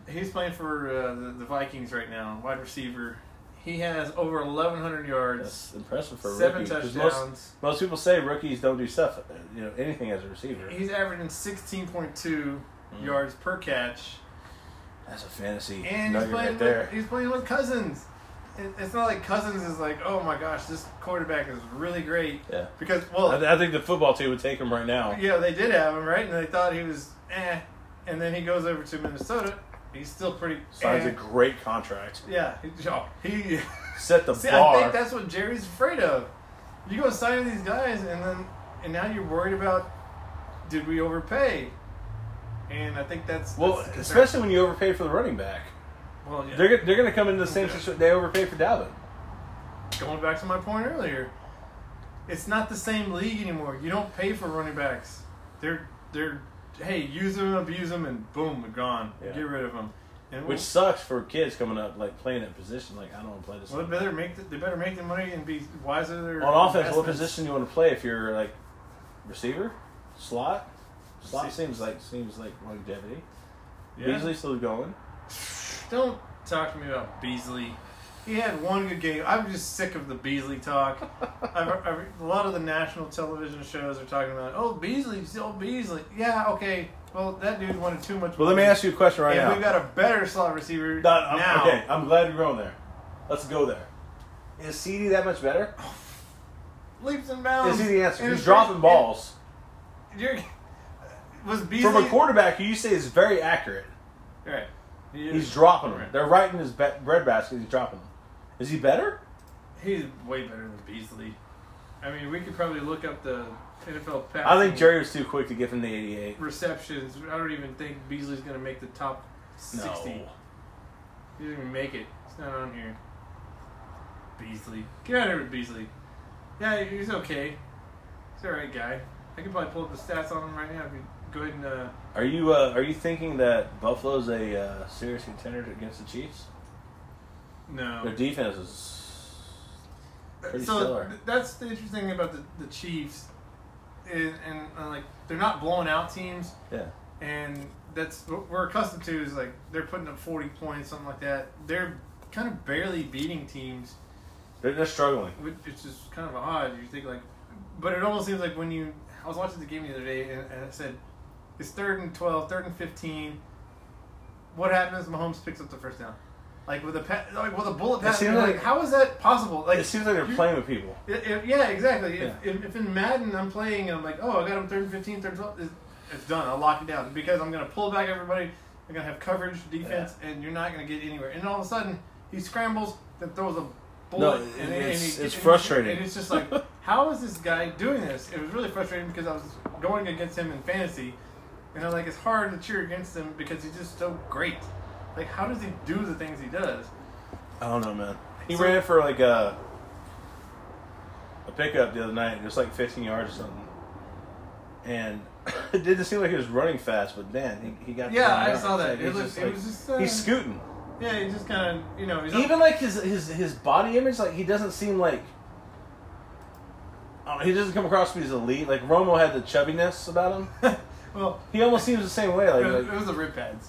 he's playing for uh, the, the Vikings right now, wide receiver. He has over 1,100 yards, That's impressive for a seven rookie. 'cause touchdowns. Most, most people say rookies don't do stuff, uh, you know, anything as a receiver. He's averaging 16.2 Mm. yards per catch, That's a fantasy and he's nugget playing, right there. with, he's playing with Cousins. It- It's not like Cousins is like, oh my gosh, this quarterback is really great. Yeah. Because I, well, th- I think the football team would take him right now. yeah, they did have him right, and they thought he was eh, and then he goes over to Minnesota. He's still pretty. Signs eh. a great contract. yeah, he- oh, he. Set the See, I bar. think that's what Jerry's afraid of. You go sign these guys, and then and now you're worried about did we overpay? And I think that's well, that's the concern. especially when you overpay for the running back. well, yeah. They're go- they're going to come into the same Yeah. situation they overpaid for Dalvin. going back to my point earlier. It's not the same league anymore. You don't pay for running backs. They're they're hey use them, abuse them, and boom, they're gone. Yeah. Get rid of them. And Which sucks for kids coming up, like playing that position. Like I don't want to play this. well, they better make the, they better make the money and be wiser. with Their On offense, what investments. position do you want to play? If you're like receiver, slot, slot See- seems like seems like longevity. Yeah. Beasley's still going. Don't talk to me about Beasley. He had one good game. I'm just sick of the Beasley talk. I've, I've, a lot of the national television shows are talking about, oh, Beasley, still Beasley. Yeah, okay. Well, that dude wanted too much. Well, let me ask you a question right and now. we've got a better slot receiver No, I'm- now. Okay, I'm glad you're going there. Let's go there. Is CD that much better? Leaps and bounds. Is he the answer? And He's it's- dropping and balls You're, was Beasley from a quarterback who you say is very accurate. Right. He is- He's dropping them. Right. They're right in his be- bread basket. He's dropping them. Is he better? He's way better than Beasley. I mean, we could probably look up the NFL. Passing I think Jerry was too quick to give him the 88. receptions. I don't even think Beasley's going to make the top 60. No. He didn't even make it. It's not on here. Beasley. Get out of here with Beasley. Yeah, he's okay. He's an alright guy. I could probably pull up the stats on him right now. If you go ahead and, uh, Are you uh, are you thinking that Buffalo's a uh, serious contender against the Chiefs? Their no. defense is pretty So stellar. th- that's the interesting thing about the, the Chiefs. And, and, uh, like, they're not blowing out teams. yeah. and that's what we're accustomed to is like they're putting up 40 points something like that they're kind of barely beating teams They're, they're struggling. which is just kind of odd you think like but it almost seems like when you i was watching the game the other day and, and i said it's third and 12 third and 15 what happens mahomes picks up the first down like with a pa- like with a bullet pass seems you're like, like- how is that possible like It seems like they're you- playing with people. if- if- yeah, exactly. If, Yeah. if, if in Madden I'm playing and I'm like, oh, I got him third and 15, third and 12, it's, it's done. I'll lock it down because I'm going to pull back everybody. I'm going to have coverage, defense, and you're not going to get anywhere. And all of a sudden, he scrambles, then throws a bullet. No, and, it's- and it's frustrating. And it's just like, how is this guy doing this? It was really frustrating because I was going against him in fantasy. And I'm like, it's hard to cheer against him because he's just so great. Like, how does he do the things he does? I don't know, man. He So- ran for like a a pickup the other night, just like 15 yards or something. And it didn't seem like he was running fast, but then he, he got. Yeah, 10 I yards. saw that. Like, It he's looked- just, it like- was just, uh, he's scooting. Yeah, he just kind of, you know, he's Even like his his his body image, like he doesn't seem like. I don't know, he doesn't come across to me as elite. Like Romo had the chubbiness about him. well, He almost seems the same way. It was, Like, it like was the rib pads.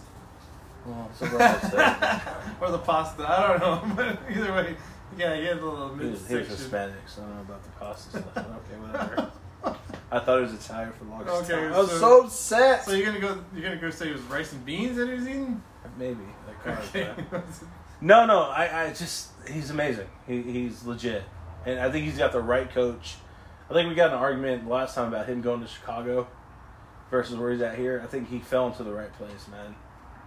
well, so Romo's there. or the pasta. I don't know. But either way, yeah, he had a little he was, he was midsection. Hispanic, so I don't know about the pasta stuff. Okay, whatever. I thought it was Italian for the longest Okay, time. I was so- so, upset. so you're gonna go? You're gonna go say it was rice and beans that he was eating? Maybe. That caught Okay. it, but- no, no. I, I just he's amazing. He, he's legit, and I think he's got the right coach. I think we got in an argument last time about him going to Chicago versus where he's at here. I think he fell into the right place, man.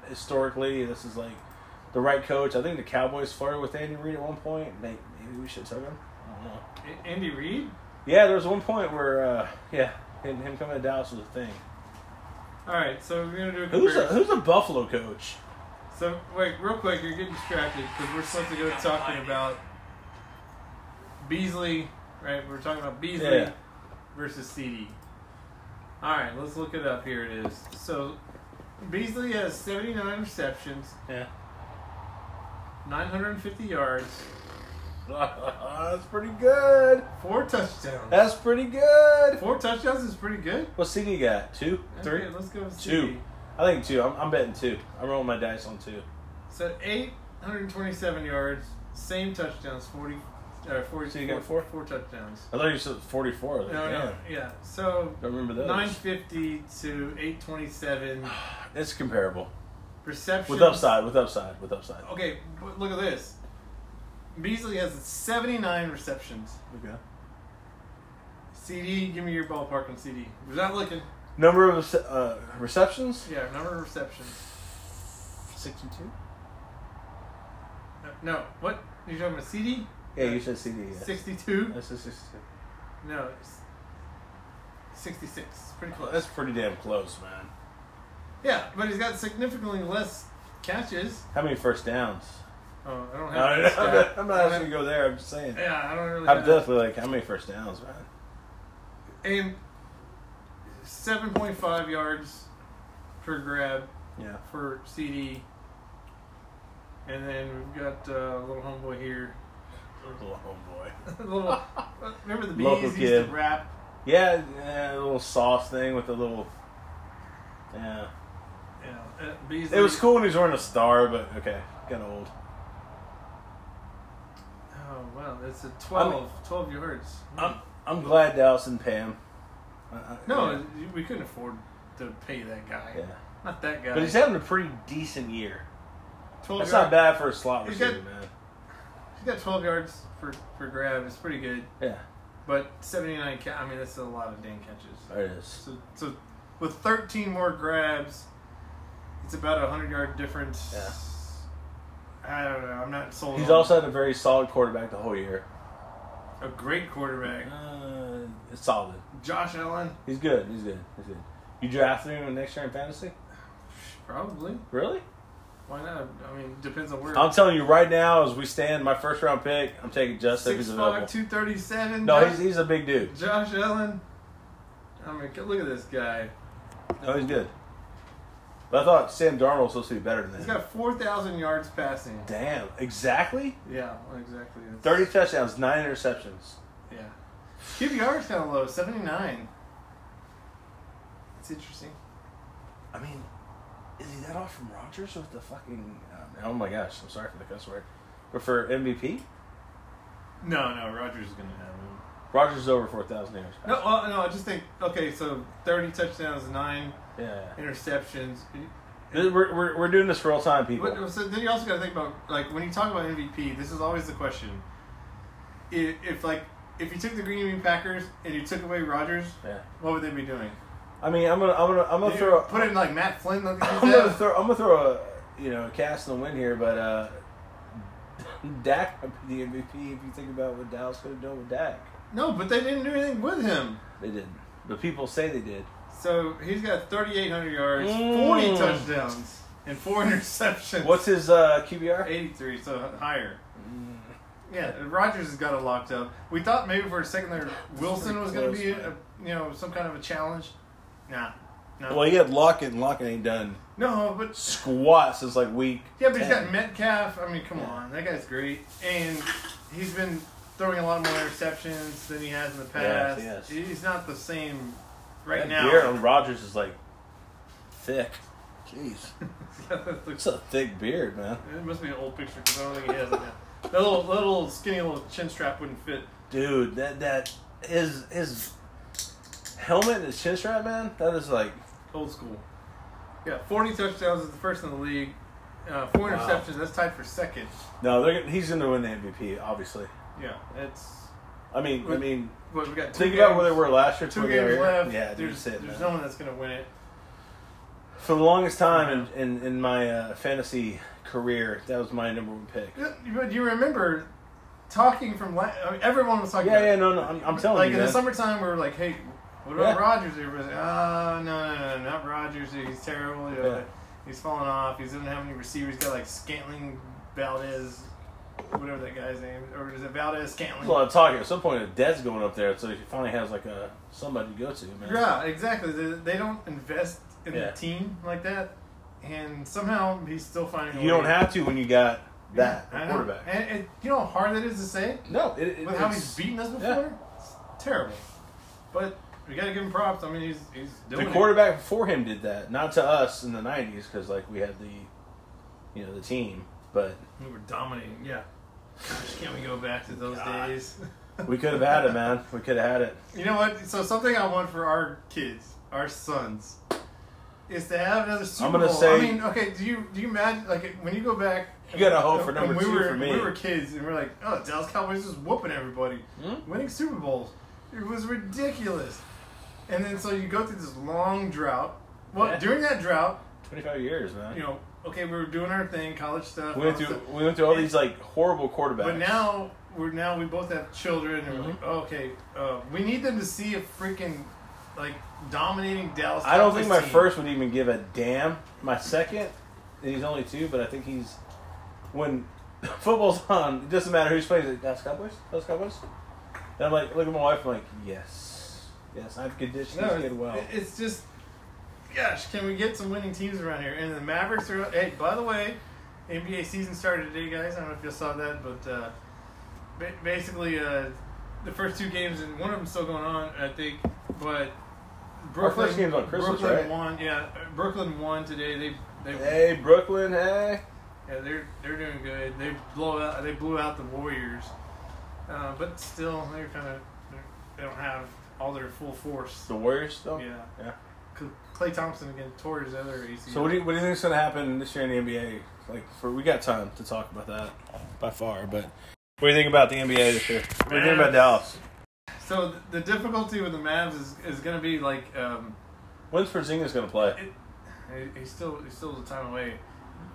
Historically, this is like the right coach. I think the Cowboys flirted with Andy Reid at one point. Maybe, maybe we should tell him. I don't know. A- Andy Reid. Yeah, there was one point where, uh, yeah, him, him coming to Dallas was a thing. All right, so we're gonna do a Who's comparison. a, who's a Buffalo coach? So wait, real quick, you're getting distracted because we're supposed to go talking about Beasley, right? We're talking about Beasley Yeah. versus CD. All right, let's look it up. Here it is. So Beasley has 79 receptions, Yeah. 950 yards, That's pretty good. four touchdowns. That's pretty good. Four touchdowns is pretty good. What's CD got? Two? Three? Okay, let's go with CD. Two. I think two. I'm, I'm betting two. I'm rolling my dice on two. So 827 yards, same touchdowns, 40, uh, 40 So you got four? four touchdowns. I thought you said 44. No, no, yeah. So Don't remember those. 950 to 827 It's comparable. receptions. With upside, with upside, with upside. Okay, but look at this. Beasley has 79 receptions. Okay. CD, give me your ballpark on CD. Was that looking? Number of uh, receptions? Yeah, number of receptions. 62. No, No, what? You're talking about CD? Yeah, you said CD. Yeah. 62? I said 62. No, it's 66. It's Pretty close. That's pretty damn close, man. Yeah, but he's got significantly less catches. How many first downs? Oh, I don't No, have. I'm this stat. not, I'm I not don't asking you to go there. I'm just saying. have- Yeah, I don't really. I'm have- definitely like, how many first downs, man? and seven point five yards per grab Yeah. for CD. And then we've got uh, little homeboy here. Little homeboy. little, uh, remember the bees Local used kid. to rap. Yeah, yeah, a little sauce thing with a little. Yeah. Yeah, uh, bees. It was cool when he was wearing a star, but okay, got old. Oh wow, it's a 12, I mean- 12 yards. I'm I'm glad Dallas didn't pay him. I- I- no, uh, yeah. we couldn't afford to pay that guy. yeah. Not that guy. But he's having a pretty decent year. 12 That's yard- not bad for a slot He's receiver, got- man. He's got 12 yards for, for grab. It's pretty good. Yeah, But 79, ca- I mean, that's a lot of dang catches. there it is. So, so with 13 more grabs, it's about a 100 yard difference. Yeah. I don't know. I'm not sold. He's on also had a very solid quarterback the whole year. a great quarterback. Uh, it's solid. Josh Allen, He's good. He's good. He's good. You drafted him next year in fantasy? probably. Really? Why not? I mean, depends on where. I'm telling you right now, as we stand, my first round pick, I'm taking Justin if he's 6'5", available. 237. No, Josh, he's, he's a big dude. Josh Allen. I mean, look at this guy. No, he's good. But I thought Sam Darnold was supposed to be better than that. He's got 4,000 yards passing. Damn, exactly? Yeah, exactly. It's- 30 touchdowns, 9 interceptions. Yeah. QBR is kind of low, 79. It's interesting. I mean, is he that off from Rodgers with the fucking. Um, oh my gosh, I'm sorry for the cuss word. But for MVP, No, no, Rogers is going to have him. Rodgers is over 4,000 yards. No, well, no, I just think, okay, so 30 touchdowns, 9 Yeah. interceptions. This- We're, we're, we're doing this real time, people. But, so then you also got to think about, like, when you talk about MVP, this is always the question. If, if like, if you took the Green Bay Packers and you took away Rogers, Yeah. what would they be doing? I mean, I'm gonna, I'm gonna, I'm gonna You throw, put in like Matt Flynn. Like, I'm gonna throw, I'm gonna throw a, you know, a cast in the wind here, but uh, Dak would be the MVP if you think about what Dallas could have done with Dak. no, but they didn't do anything with him. They didn't, but people say they did. So he's got 3,800 yards, Mm. 40 touchdowns, and four interceptions. What's Mm. his uh, QBR? 83? So higher. Yeah, Rogers has got it locked up. We thought maybe for a second there Wilson pretty was going to close, be, a, man. you know, some kind of a challenge. Nah, no, Well, he had Lockett, and Lockett ain't done no, but squat since like week. yeah, but he's 10. got Metcalf. I mean, come on, that guy's great, and he's been throwing a lot more interceptions than he has in the Yes, past. yes. He's not the same right That now. beard on Rogers is like thick. Jeez, it's a thick beard, man. It must be an old picture because I don't think he has it now. That little, that little skinny little chin strap wouldn't fit. Dude, that that his his helmet and his chin strap, man. That is like Old school. Yeah, 40 touchdowns is the first in the league. Uh, four Wow. interceptions. That's tied for second. no. They're, gonna- he's going to win the MVP, obviously. Yeah, it's. I mean, I mean, But we got two think games, about where they were last year. to Two where games they are here. left. Yeah, dude, there's, that's it, there's man. no one that's gonna win it. For the longest time in, in, in my uh, fantasy career, that was my number one pick. Yeah, But you remember talking from la- I mean, everyone was talking. Yeah, about- yeah, no, no, I'm, I'm telling like you, in man. the summertime, we were like, hey, what Yeah. about Rogers? Everybody's like, oh, no, no, no, not Rogers. He's terrible. You know, Yeah. He's falling off. He doesn't have any receivers. He's got like Scantling, Valdez, whatever that guy's name, or is it Valdez Scantling? There's a lot of talking. At some point, Dad's going up there, so he finally has like a somebody to go to, man. Yeah, exactly. They, they don't invest in Yeah. the team like that, and somehow he's still finding. a You way. don't have to when you got that I know. quarterback. And, and you know how hard that is to say No, it, it, with how it's- he's beaten us before. yeah. It's terrible, but we gotta give him props. I mean, he's he's doing the it. quarterback before him did that, not to us in the '90s, because like we had the, you know, the team, but We were dominating. Yeah. Gosh, can't we go back to those God. days? we could have had it, man. We could have had it. You know what? So something I want for our kids, our sons, is to have another Super I'm gonna Bowl. say- I mean, okay, do you do you imagine like when you go back? You gotta hope for when number we two were, for me. when We were kids and we are like, oh, Dallas Cowboys just whooping everybody, Hmm? winning Super Bowls. It was ridiculous. And then so you go through this long drought. Well, Yeah. during that drought, 25 years, man. you know, okay, we were doing our thing, college stuff. we went all that through stuff. we went through all these like horrible quarterbacks. But now we're now we both have children, and we're like, Mm-hmm. oh, okay, uh, we need them to see a freaking like dominating Dallas. I don't Cowboys think my team. first would even give a damn. My second, and he's only two, but I think he's when football's on. It doesn't matter who's playing. Like, Dallas Cowboys, Dallas Cowboys. And I'm like, look at my wife. I'm like, yes, yes, I've conditioned No, this it- kid well. It's just, gosh, can we get some winning teams around here? And the Mavericks are. Hey, by the way, NBA season started today, guys. I don't know if you saw that, but uh, ba- basically, uh, the first two games, and one of them's still going on, I think. But Brooklyn, first game's on Christmas, Brooklyn right? won. Yeah, Brooklyn won today. They they Hey, Brooklyn. Hey, Yeah, they're they're doing good. They blow out. They blew out the Warriors, uh, but still they're kind of they don't have all their full force. the Warriors though. Yeah, Yeah. Clay Thompson again tore his other ACL. So what do you what do you think's gonna happen this year in the NBA? Like for we got time to talk about that by far, but what do you think about the NBA this year? What do you think about Mavs. Dallas? So th- the difficulty with the Mavs is, is going to be like um, When's Porzingis gonna play? it, he- he's still he's still a time away.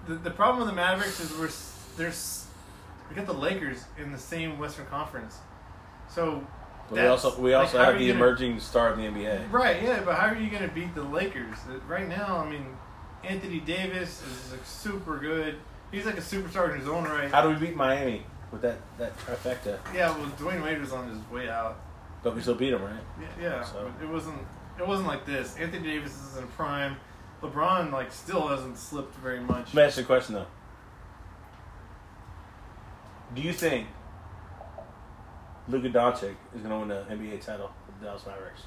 The, the problem with the Mavericks is we're s- there's we got the Lakers in the same Western Conference, so But we that's- also we like, also how have are the you gonna- emerging star of the NBA. Right, yeah, but how are you going to beat the Lakers? Uh, Right now, I mean, Anthony Davis is like super good. He's like a superstar in his own right. How do we beat Miami with that that trifecta? Yeah, well, Dwayne Wade was on his way out. But we still beat them, right? Yeah, yeah So- but it wasn't it wasn't like this. Anthony Davis is in prime. LeBron like still hasn't slipped very much. Let me ask you a question though. Do you think Luka Doncic is going to win the NBA title with the Dallas Mavericks?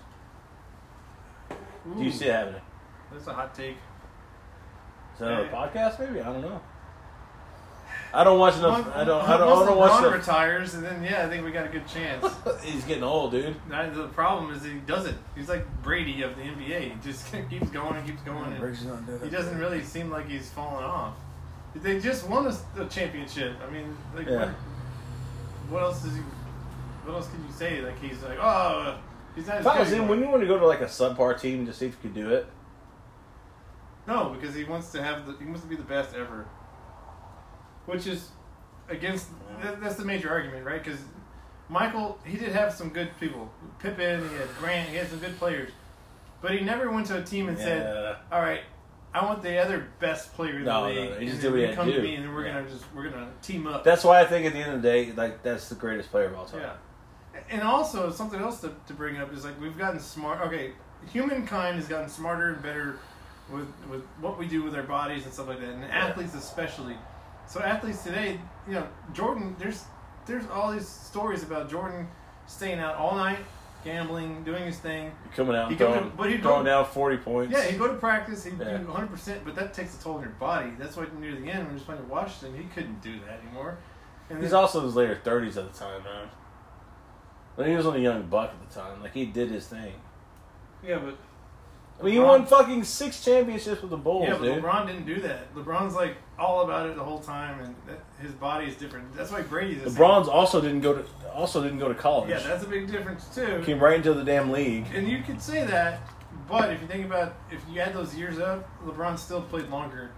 Do you Ooh, see it happening? That's a hot take. Is that on a Yeah. podcast? Maybe I don't know. I don't watch enough. Once- I don't. I don't. I once don't watch LeBron enough. retires, and then yeah, I think we got a good chance. He's getting old, dude. Now, the problem is he doesn't. He's like Brady of the NBA. He just keeps going and keeps going. and- He doesn't really seem like he's fallen off. They just won a, a championship. I mean, like, Yeah. what, what else is he? What else can you say? Like he's like, oh, he's not. as If I good was him, anymore." wouldn't you want to go to like a subpar team to see if you could do it? No, because he wants to have the. He wants to be the best ever. Which is against. That, that's the major argument, right? Because Michael, he did have some good people. Pippen, he had Grant, he had some good players, but he never went to a team and Yeah. said, "All right, I want the other best player in No, the no, league." no, he just did and then what he you had to come do. to me, and then we're Yeah. gonna just we're gonna team up. That's why I think at the end of the day, like that's the greatest player of all time. Yeah. And also, something else to, to bring up is like we've gotten smart. Okay, humankind has gotten smarter and better with with what we do with our bodies and stuff like that, and athletes especially. So athletes today, you know, Jordan. There's there's all these stories about Jordan staying out all night, gambling, doing his thing. coming out He and come throwing, to- but he throwing down don't- 40 points. Yeah, he'd go to practice, he'd Yeah. do 100%, but that takes a toll on your body. That's why near the end, when he was playing at Washington, he couldn't do that anymore. And He's then- also in his later 30s at the time, man. But he was only a young buck at the time. Like, he did his thing. Yeah, but I mean, you won fucking six championships with the Bulls, Yeah, but dude. LeBron didn't do that. LeBron's like all about it the whole time, and that, his body is different. That's why Brady's. the same. LeBron's also didn't go to also didn't go to college. Yeah, that's a big difference too. Came right into the damn league. And you could say that, but if you think about if you add those years up, LeBron still played longer,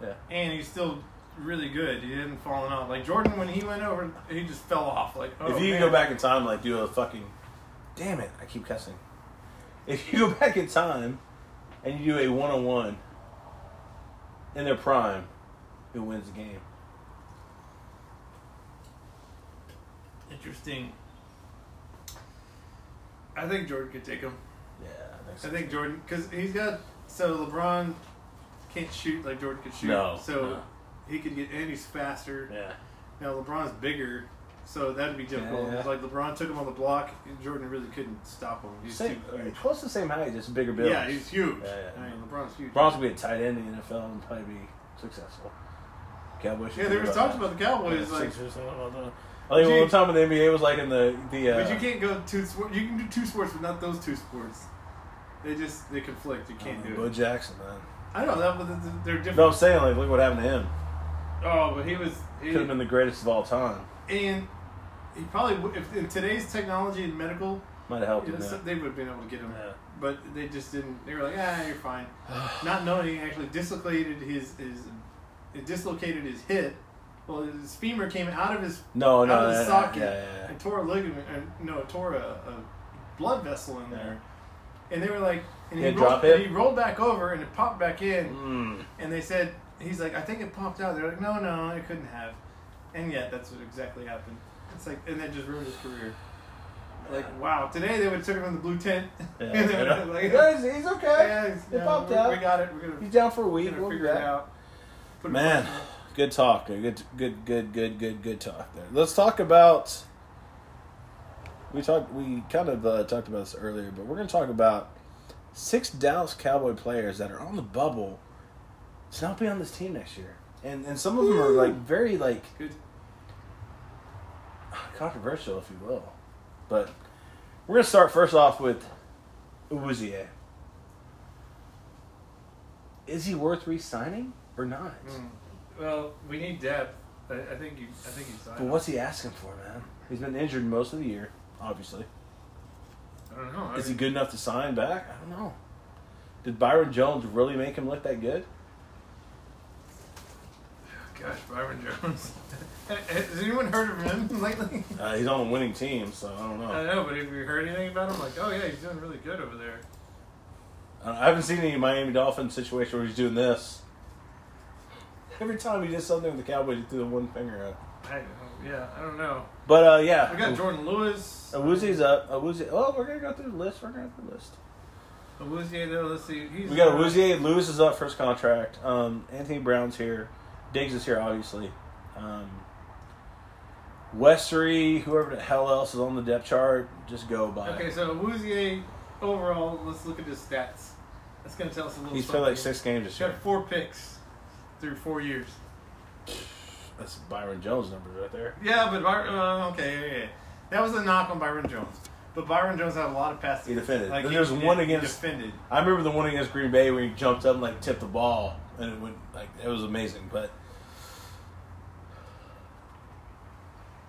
Yeah. and he's still really good. He didn't fallen off like Jordan when he went over. He just fell off. Like oh, if you man. go back in time, like do a fucking, damn it, I keep cussing. If you go back in time, and you do a one on one, in their prime, who wins the game? interesting. I think Jordan could take him. Yeah, I I think think Jordan because he's got so LeBron can't shoot like Jordan could shoot. No, so no. he could get and he's faster. Yeah, Now LeBron's bigger, so that'd be difficult. Yeah, yeah. Like LeBron took him on the block, and Jordan really couldn't stop him. He's same. too huge. It's close to the same height, just bigger build. Yeah, he's huge. Yeah, yeah. I mean, LeBron's huge. LeBron's gonna be a tight end in the NFL and probably be successful. Cowboys. should yeah, there think was talks about the Cowboys, Yeah, like, Sixers, I don't know. I think one Dude. time Oh, when the NBA was like in the the. Uh, but you can't go two sports. You can do two sports, but not those two sports. They just they conflict. You can't do uh, Bo it. Jackson, man. I know that, but th- th- they're different. No, I'm saying like, look what happened to him. Oh, but he was. He, Could have been the greatest of all time. and he probably would, if in today's technology and medical, Might have helped you know, him. so- there. they would have been able to get him. Yeah. But they just didn't. They were like, ah, you're fine. Not knowing he actually dislocated his his it dislocated his hip. Well, his femur came out of his No, Oh, no, out of his yeah, socket yeah, yeah, yeah. and tore a ligament. Or, no, tore a, a blood vessel in there. And they were like, and He he, had rolled, drop hip? and he rolled back over and it popped back in. Mm. And they said, he's like, I think it popped out. They're like, no, no, it couldn't have. And yet, that's what exactly happened. It's like, and that just ruined his career. Like, wow. Today they would have took him in the blue tent. Yeah, And they I would know. have like, Yeah, he's, he's okay. yeah, it's- He yeah, popped we- out. We got it. We're gonna, he's down for a we're week. gonna We'll be figure it back. out. Put it Man, back. good talk. Good, good, good, good, good, good talk there. Let's talk about. We talked. We kind of uh, talked about this earlier, but we're going to talk about six Dallas Cowboy players that are on the bubble to not be on this team next year, and and some of them are like very like Good. controversial, if you will. But we're going to start first off with Uzie. Is he worth re-signing or not? Mm. Well, we need depth. I, I think you. I think you saw. But what's he asking for, man? He's been injured most of the year, obviously. I don't know. I Is he mean, good enough to sign back? I don't know. Did Byron Jones really make him look that good? Gosh, Byron Jones. Has anyone heard of him lately? Uh, he's on a winning team, so I don't I know. Uh, know, but have you heard anything about him? Like, oh yeah, he's doing really good over there. I I haven't seen any Miami Dolphins situation where he's doing this. Every time he did something with the Cowboys, he threw the one finger up. I, yeah, I don't know. But uh, yeah, We got Jordan Lewis. Awuzi's up. Awuzie. Oh, we're gonna go through the list. We're gonna go through the list. Awuzie, though, let's see. He's We got Awuzie. Lewis is up first contract. Um, Anthony Brown's here. Diggs is here, obviously. Um, Westery, whoever the hell else is on the depth chart, just go by. Okay, so Awuzie, overall, let's look at his stats. That's going to tell us a little He's played something. like six games this He's year. got four picks through four years. That's Byron Jones' numbers right there. Yeah, but Byron, uh, okay, yeah, yeah. That was a knock on Byron Jones. But Byron Jones had a lot of passes. He defended. Then there's one against- He defended. I remember the one against Green Bay where he jumped up and like tipped the ball, and it went like it was amazing. But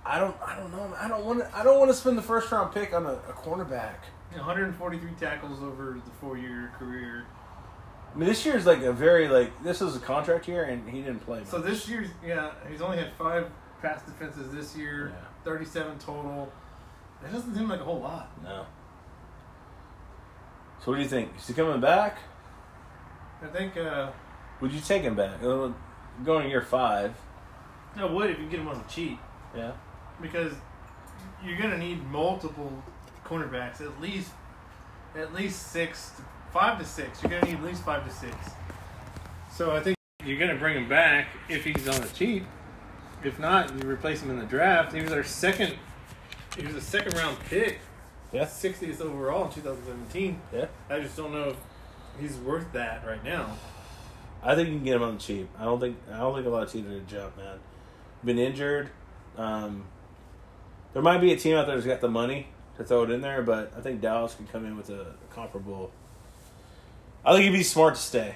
I don't, I don't know. I don't want to. I don't want to spend the first round pick on a, a cornerback. 143 tackles over the four-year career. I mean, this year is like a very like this is a contract year, and he didn't play. So this year's yeah, he's only had five pass defenses this year, Yeah. 37 total. That doesn't seem like a whole lot. no. So what do you think? Is he coming back? I think uh, Would you take him back? Uh, Going to year five. I would if you get him on the cheap Yeah. because you're gonna need multiple cornerbacks, at least at least six, to, five to six. You're gonna need at least five to six. So I think you're gonna bring him back if he's on the cheap. If not, you replace him in the draft. He was our second. He was a second round pick, Yeah. 60th overall in 2017. Yeah. I just don't know if he's worth that right now. I think you can get him on the cheap. I don't think I don't think a lot of teams are gonna jump, man. Been injured. Um, there might be a team out there that's got the money to throw it in there, but I think Dallas could come in with a comparable I think he'd be smart to stay.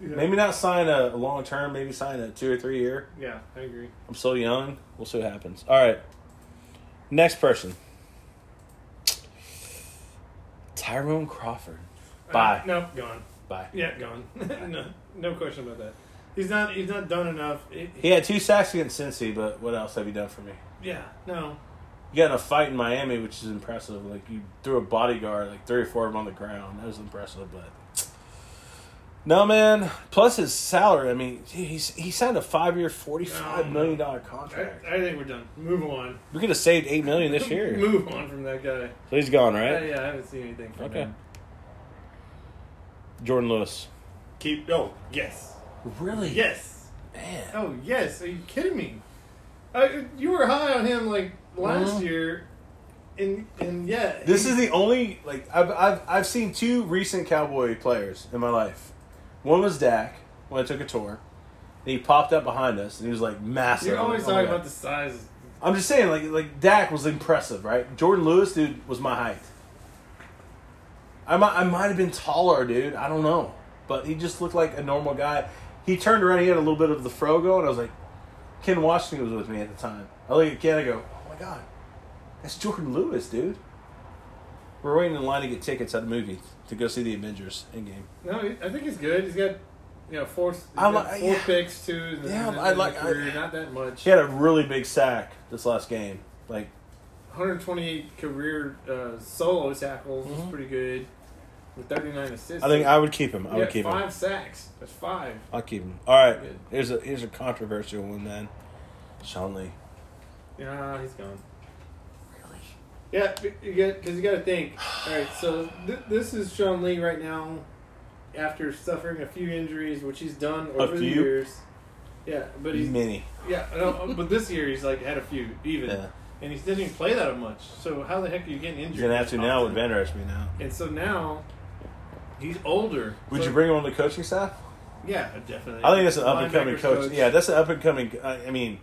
Yeah. Maybe not sign a, a long term. Maybe sign a two or three year. Yeah, I agree. I'm so young. We'll see what happens. All right. Next person. Tyrone Crawford. Bye. Uh, no, gone. Bye. Yeah, gone. no, no question about that. He's not. He's not done enough. He- he- He had two sacks against Cincy, but what else have you done for me? yeah. No. You got in a fight in Miami, which is impressive. Like you threw a bodyguard, like three or four of them on the ground. That was impressive, but no, man. Plus his salary. I mean, gee, he's he signed a five year, forty five million dollar I, contract. I think we're done. Move on. We could have saved eight million this year. Move on from that guy. So he's gone, Uh, right? yeah, I haven't seen anything from Okay. him. Jordan Lewis. Keep. No. Yes. Really? Yes. Man. Oh yes. Are you kidding me? I, you were high on him like last Mhm. year, and and yeah. This is the only like I've I've I've seen two recent Cowboy players in my life. One was Dak when I took a tour, and he popped up behind us and he was like massive. You're always Oh my talking God. about the size. I'm just saying like like Dak was impressive, right? Jordan Lewis, dude, was my height. I might I might have been taller, dude. I don't know, but he just looked like a normal guy. He turned around, he had a little bit of the fro going. I was like, Ken Washington was with me at the time. I look at Ken, I go, oh my god, that's Jordan Lewis, dude. We're waiting in line to get tickets at the movie to go see the Avengers Endgame. No, he- I think he's good. He's got you know four he's I got li- four yeah. picks too. in the- Yeah, in the- I in the like- I- career, not that much. He had a really big sack this last game. Like 128 career uh, solo tackles is pretty good. With 39 assists, I think I would keep him. I He would got keep him. five sacks. That's five. I'll keep him. All right. Good. Here's a here's a controversial one, man. Sean Lee. Yeah, he's gone. Really? Yeah, b- you get because you got to think. All right, so th- this is Sean Lee right now, after suffering a few injuries, which he's done over the few? years. Yeah, but he's Mini. yeah, no, but this year he's like had a few even, Yeah. and he doesn't even play that much. So how the heck are you getting injured? You're gonna have to now with often? Van Der Esch me now. And so now he's older. Would So- you bring him on the coaching staff? Yeah, definitely. I think that's an up and coming Linebackers coach. Yeah, that's an up and coming. I I mean,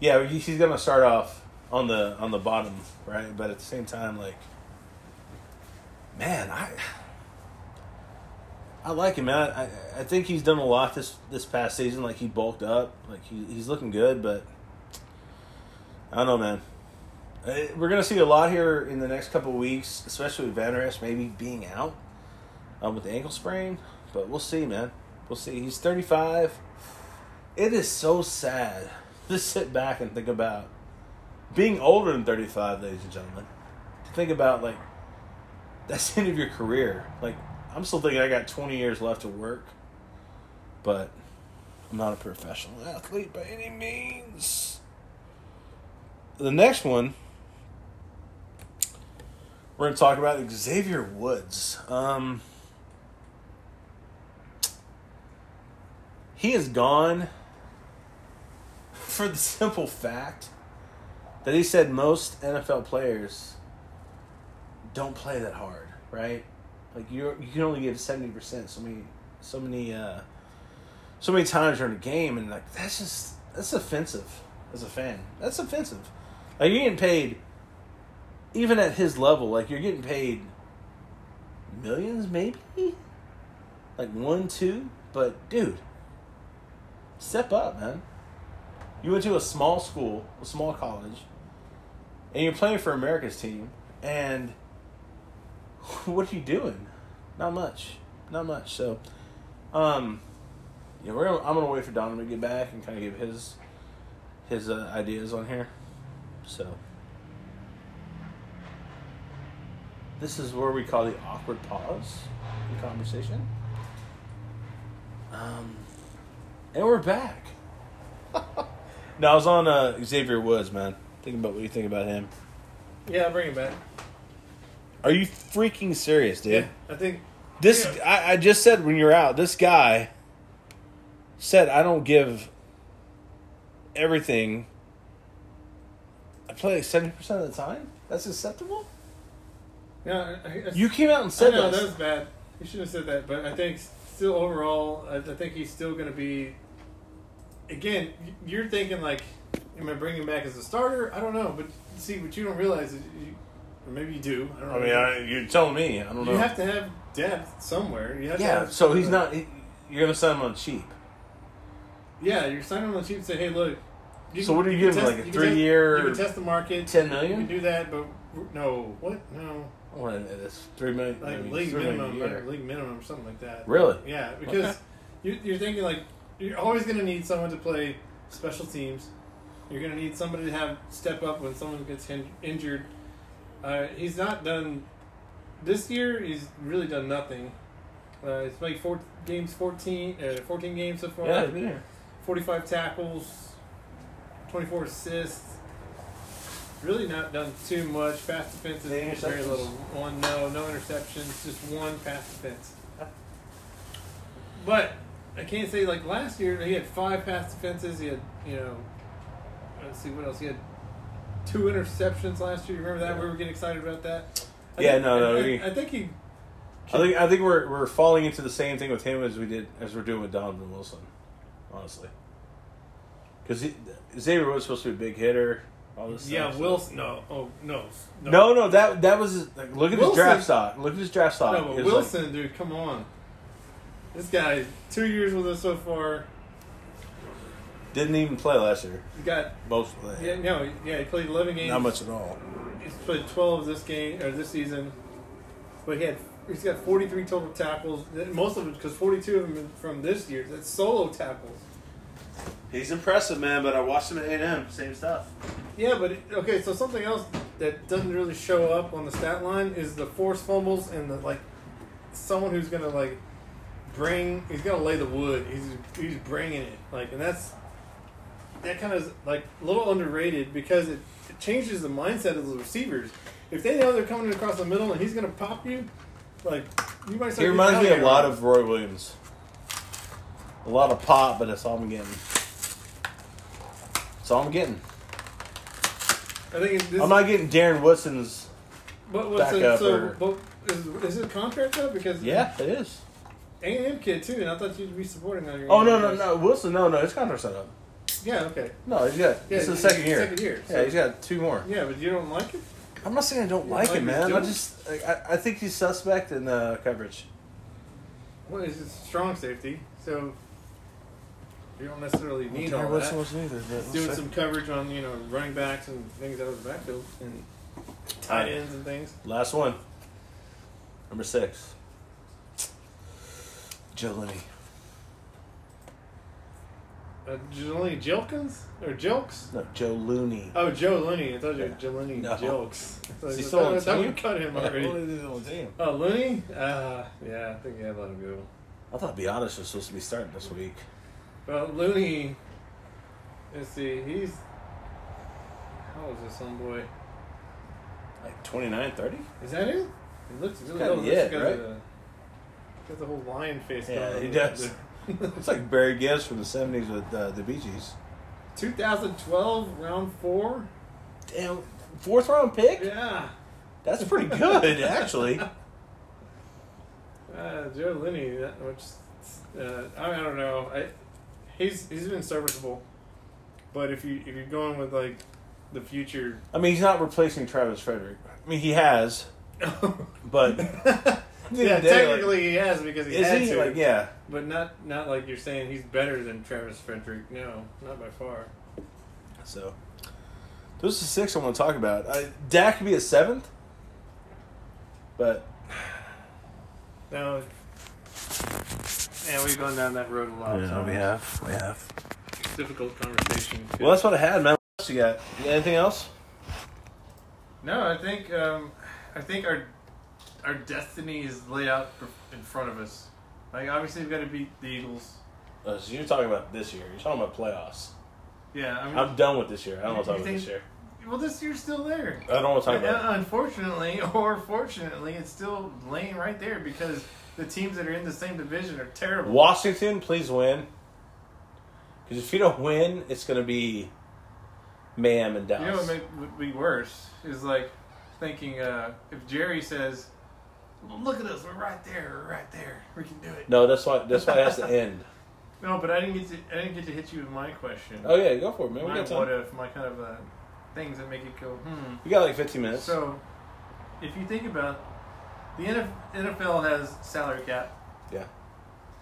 yeah, he- he's gonna start off on the on the bottom, right? But at the same time, like, man, I I like him, man. I I- I think he's done a lot this this past season. Like he bulked up, like he, he's looking good, but I don't know, man. Eh, We're gonna see a lot here in the next couple of weeks, especially with Van Der Esch maybe being out um, with the ankle sprain. But we'll see, man. We'll see. He's 35. It is so sad to sit back and think about being older than 35, ladies and gentlemen. To think about, like, that's the end of your career. Like, I'm still thinking I got 20 years left to work, but I'm not a professional athlete by any means. The next one we're going to talk about Xavier Woods. Um, he is gone for the simple fact that he said most NFL players don't play that hard, right? Like you, you can only give seventy percent so many, so many, uh, so many times during a game, and like that's just that's offensive as a fan. That's offensive. Like you're getting paid even at his level, like you're getting paid millions, maybe like one, two. But dude, step up, man. You went to a small school, a small college, and you're playing for America's team, and what are you doing? Not much, not much. So, um, yeah, we're gonna, I'm gonna wait for Donovan to get back and kind of give his his uh, ideas on here. So. This is where we call the awkward pause in conversation. Um, and we're back. no, I was on uh, Xavier Woods, man. Thinking about what you think about him. Yeah, I'll bring him back. Are you freaking serious, dude? I think This Yeah. I, I just said when you're out, this guy said I don't give everything. I play like seventy percent of the time. That's acceptable. yeah, I, I, You came out and I said know this. that was bad. You should have said that, but I think still overall, I, I think he's still going to be. Again, y- you're thinking like, am I bringing him back as a starter? I don't know, but see, what you don't realize is you, Or maybe you do. I don't I know. mean, I, you're telling me. I don't know. you have to have depth somewhere. You have To yeah, have so he's not. He, you're gonna sign him on cheap. Yeah, you're signing on the cheap. and Say, hey, look. you So can- what do you can give him, test- like a you can test- three-year- You can test the market. 10 You million? can do that, but w- no. What? No. I want to. That's three million. Like I mean, league three million a minimum, year. or league minimum, or something like that. Really? Yeah, because you, you're thinking like you're always going to need someone to play special teams. You're going to need somebody to have step up when someone gets hin- injured. Uh, he's not done this year. He's really done nothing. Uh, he's played four games, 14, uh, 14 games so far. Yeah, he's been here. 45 tackles, 24 assists. Really not done too much. Pass defense is Any very interceptions? little. One, no, no interceptions, just one pass defense. But I can't say like last year he had five pass defenses. He had you know, let's see what else he had. Two interceptions last year. You remember that? We were getting excited about that. I Yeah, think- no, no, I, we- I, I think he. I think I think we're we're falling into the same thing with him as we did as we're doing with Donovan Wilson, honestly. Because Xavier was supposed to be a big hitter. All this Yeah, stuff, so- Wilson. No, oh no, No, no, that that was his, like, look at his Wilson- draft stock. Look at his draft stock. No, but It was like- Wilson, dude, come on. This guy, two years with us so far. didn't even play last year. He got Most of that. yeah, no, yeah, he played eleven games. not much at all. He's played twelve this game or this season, but he had he's got forty three total tackles. Most of them because forty two of them from this year. That's solo tackles. He's impressive, man. But I watched him at A and M. Same stuff. Yeah, but it, okay. So something else that doesn't really show up on the stat line is the forced fumbles and the like. Someone who's gonna like bring, he's gonna lay the wood. He's he's bringing it like, and that's that kind of like a little underrated because it, it changes the mindset of the receivers. If they know they're coming across the middle and he's gonna pop you, like you might. He Start getting reminds me a alligator lot arms. of Roy Williams. A lot of pop, but that's all I'm getting. That's all I'm getting. I think it's- this, I'm not getting Darren Woodson's. But what's back so, up so or- but is, is his contract up? Because Yeah, it is. A and M kid too, and I thought you'd be supporting on your. Oh no no no Wilson no no his contract's not up. Yeah, okay. No, he's got Yeah, this is the it's second the year. second year, Yeah, so- he's got two more. Yeah, but you don't like it. I'm not saying I don't You like like him, what he's man. I doing? just like, I, I think he's suspect in uh, coverage. Well, it's just strong safety, so you don't necessarily need Darren all Woodson that. wasn't either, but let's Doing see. some coverage on you know running backs and things out of the backfield and tight ends and things. Last one. Number six. Joe Lenny. Uh, Jelani Jilkins or Jilks? No, Joe Looney. Oh, Joe Looney. I thought you were Jelani No. Jilks. I thought- Is he I still on thought- I thought team? we cut him Yeah, already. what is it on team? Oh, Looney? Uh, yeah, I think yeah, let him go. I thought Biotis was supposed to be starting this week. Well, Looney. Let's see. He's how old is this son boy? Like 29, 30? Is that it? It looks really kinda old. it, It's got right? the- got the whole lion face. Yeah, going he on. does. It's like Barry Gibbs from the 70s with uh, the Bee Gees. 2012 round four. Damn, fourth round pick? Yeah, That's pretty good, actually. uh, Joe Linney. That, which uh, I, I don't know. I he's he's been serviceable, but if you if you're going with like the future, I mean, he's not replacing Travis Frederick. I mean, he has, but. yeah, technically he has because he Is had he? to. Like, yeah. But not not like you're saying he's better than Travis Frederick. No, not by far. So, those are six I want to talk about. I, Dak could be a seventh, but No. Yeah, we've gone down that road a lot. so have, we have. It's a difficult conversation. Well, that's what I had, man. What else you got? You got anything else? no, I think um, I think our our destiny is laid out for- in front of us. Like obviously we've got to beat the Eagles. Uh, so you're talking about this year. You're talking about playoffs. Yeah, I mean, I'm done with this year. I don't want to You talk about think- this year. well, this year's still there. I don't want to talk about. Uh, Unfortunately, or fortunately, it's still laying right there because the teams that are in the same division are It. terrible. Washington, please win. Because if you don't win, it's gonna be, ma'am and You know what Dallas. make, would be worse is like thinking uh, if Jerry says, "Look at us, we're right there, we're right there, we can do it." no, that's why. That's why it has to end. No, but I didn't get to. I didn't get to hit you with my question. Oh yeah, go for it, man. We my got what time. if, my kind of uh, things that make you go, hmm. We got like 15 minutes. So, if you think about it, the NF NFL has salary cap. Yeah,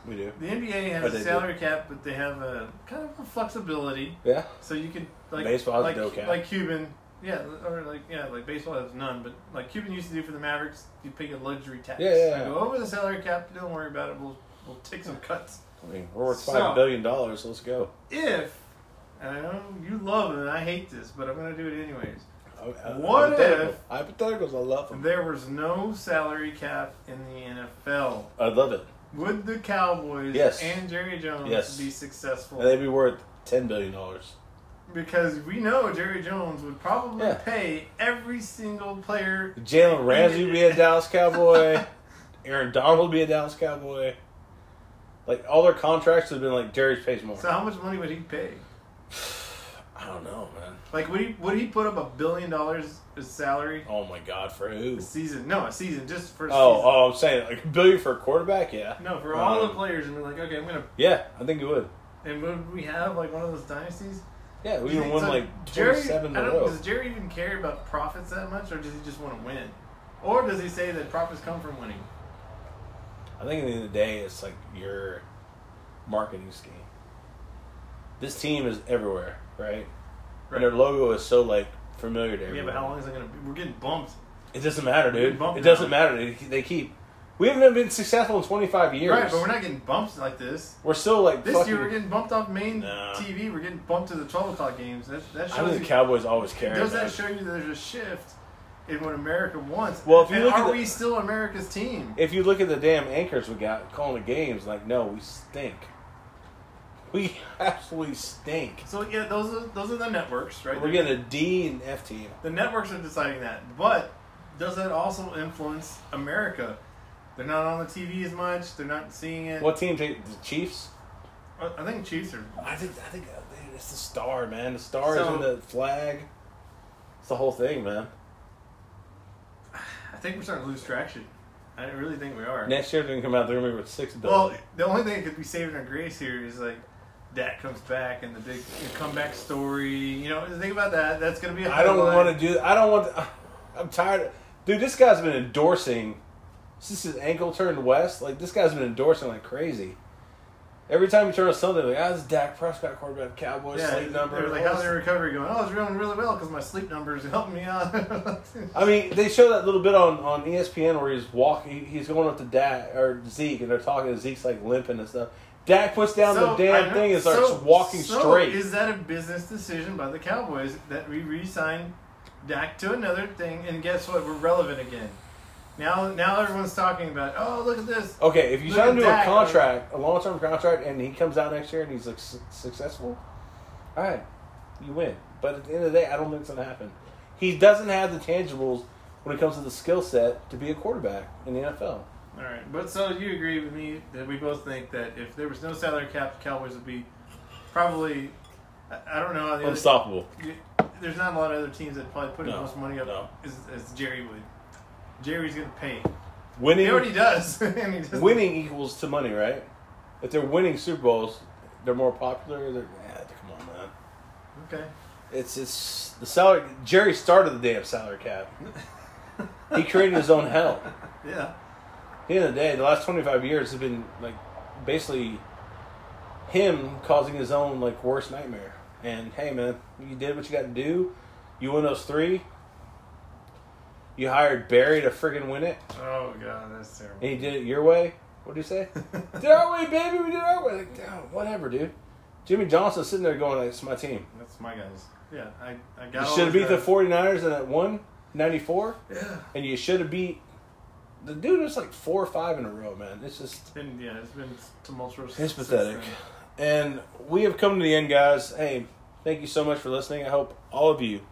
we do. The NBA Oh, has they do. a salary cap, but they have a kind of a flexibility, Yeah, so you can like Baseball has like no cap. like Cuban, yeah, or like yeah, like baseball has none, but like Cuban used to do for the Mavericks, you pay a luxury tax. Yeah, yeah, yeah. Go over the salary cap, don't worry about it. We'll we'll take some cuts. I mean we're worth So- five billion dollars. so Let's go. If and I know you love it and I hate this, but I'm gonna do it anyways. I- I- What hypothetical. if- hypotheticals? I love them. There was no salary cap in the NFL. I love it. Would the Cowboys Yes. and Jerry Jones Yes. be successful? And they'd be worth ten billion dollars. because we know Jerry Jones would probably Yeah. pay every single player. Jalen Ramsey would be a Dallas Cowboy. Aaron Donald would be a Dallas Cowboy. Like all their contracts would have been like Jerry's pays more. So how much money would he pay? I don't know, man. Like would he would he put up a billion dollars as salary Oh my God, for who? a season? No, a season just for a Oh, season. oh, I'm saying like a billion for a quarterback. Yeah. No, for all Um, the players and be like, okay, I'm gonna. Yeah, I think it would. And would we have like one of those dynasties? Yeah, we even So won like Jerry- 27 I in a don't- row. Does Jerry even care about profits that much, or does he just want to win? Or does he say that profits come from winning? I think at the end of the day, it's like your marketing scheme. This team is everywhere, right? And their logo is so like familiar to Yeah, everyone. but how long is it gonna be? We're getting bumped. It doesn't matter, dude. We're bumping It doesn't out. matter. They, they keep. We haven't been successful in 25 years. Right, but we're not getting bumps like this. We're still like This fucking. year we're getting bumped off main Nah. TV. We're getting bumped to the twelve o'clock games. That that I shows think the you, Cowboys always care. does that man. show you that there's a shift in what America wants? Well, if you And look at are the- we still America's team? If you look at the damn anchors we got calling the games, like no, we stink. We absolutely stink. So yeah, those are those are the networks, right? We're They're- getting a D and F team. The networks are deciding that, but does that also influence America? They're not on the TV as much. They're not seeing it. What team? take- The Chiefs. I I think Chiefs are. I think I think uh, dude, it's the star, man. The star is So- in the flag. It's the whole thing, man. I think we're starting to lose traction. I really think we are. Next year they're gonna come out there with six billion. Well, the only thing that could be saving our grace here is like Dak comes back and the big comeback story. You know, think about that. That's gonna be. I I don't want to do. I don't want. To, I'm tired. Of, dude, this guy's been endorsing. Since his ankle turned west, like this guy's been endorsing like crazy. Every time you turn on something, like ah, this is Dak Prescott quarterback, Cowboys Yeah, sleep number. they were like, all how's this- your recovery going? Oh, it's going really well because my sleep numbers helping me out. I mean, they show that little bit on, on E ESPN where he's walking, he, he's going up to Dak or Zeke, and they're talking. and Zeke's like limping and stuff. Dak puts down So, the I damn know- thing and starts so- walking so straight. Is that a business decision by the Cowboys that we re-sign Dak to another thing? And guess what? We're relevant again. Now, now everyone's talking about. Oh, look at this. okay, if you Look sign at him to Dak, a contract, a long term contract, and he comes out next year and he's like, su- successful, all right, you win. But at the end of the day, I don't think it's going to happen. He doesn't have the tangibles when it comes to the skill set to be a quarterback in the NFL. All right, but so you agree with me that we both think that if there was no salary cap, the Cowboys would be probably. I, I don't know. how the other- Unstoppable. you- There's not a lot of other teams that probably put as No, much money up no. as, as Jerry would. Jerry's gonna pay. He already Winning, does. and he doesn't- winning equals to money, right? If they're winning Super Bowls, they're more popular. They're, ah, come on, man. Okay. It's it's the salary. Jerry started the damn salary cap. he created his own hell. Yeah. At the end of the day, the last twenty five years have been like basically him causing his own like worst nightmare. And hey, man, you did what you got to do. You won those three. You hired Barry to friggin' win it, Oh god, that's terrible. and he did it your way. What do you say? did our way, baby. We did our way. Like, damn, whatever, dude. Jimmy Johnson's sitting there going, like, "It's my team." That's my guys. Yeah, I, I You got. all should have beat the guys. 49ers in that one, 94. Yeah. And you should have beat. The dude was like four or five in a row, man. It's just. And yeah, it's been tumultuous. It's since pathetic. then. And we have come to the end, guys. Hey, thank you so much for listening. I hope all of you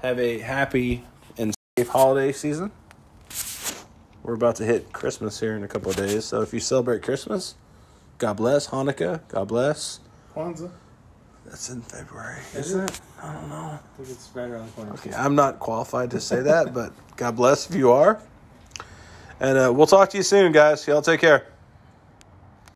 have a happy and safe holiday season. We're about to hit Christmas here in a couple of days. So if you celebrate Christmas, God bless. Hanukkah, God bless. Kwanzaa. That's in February, Is isn't it? I don't know. I think it's right around the corner. Okay, I'm not qualified to say that, but God bless if you are. And uh, we'll talk to you soon, guys. Y'all take care.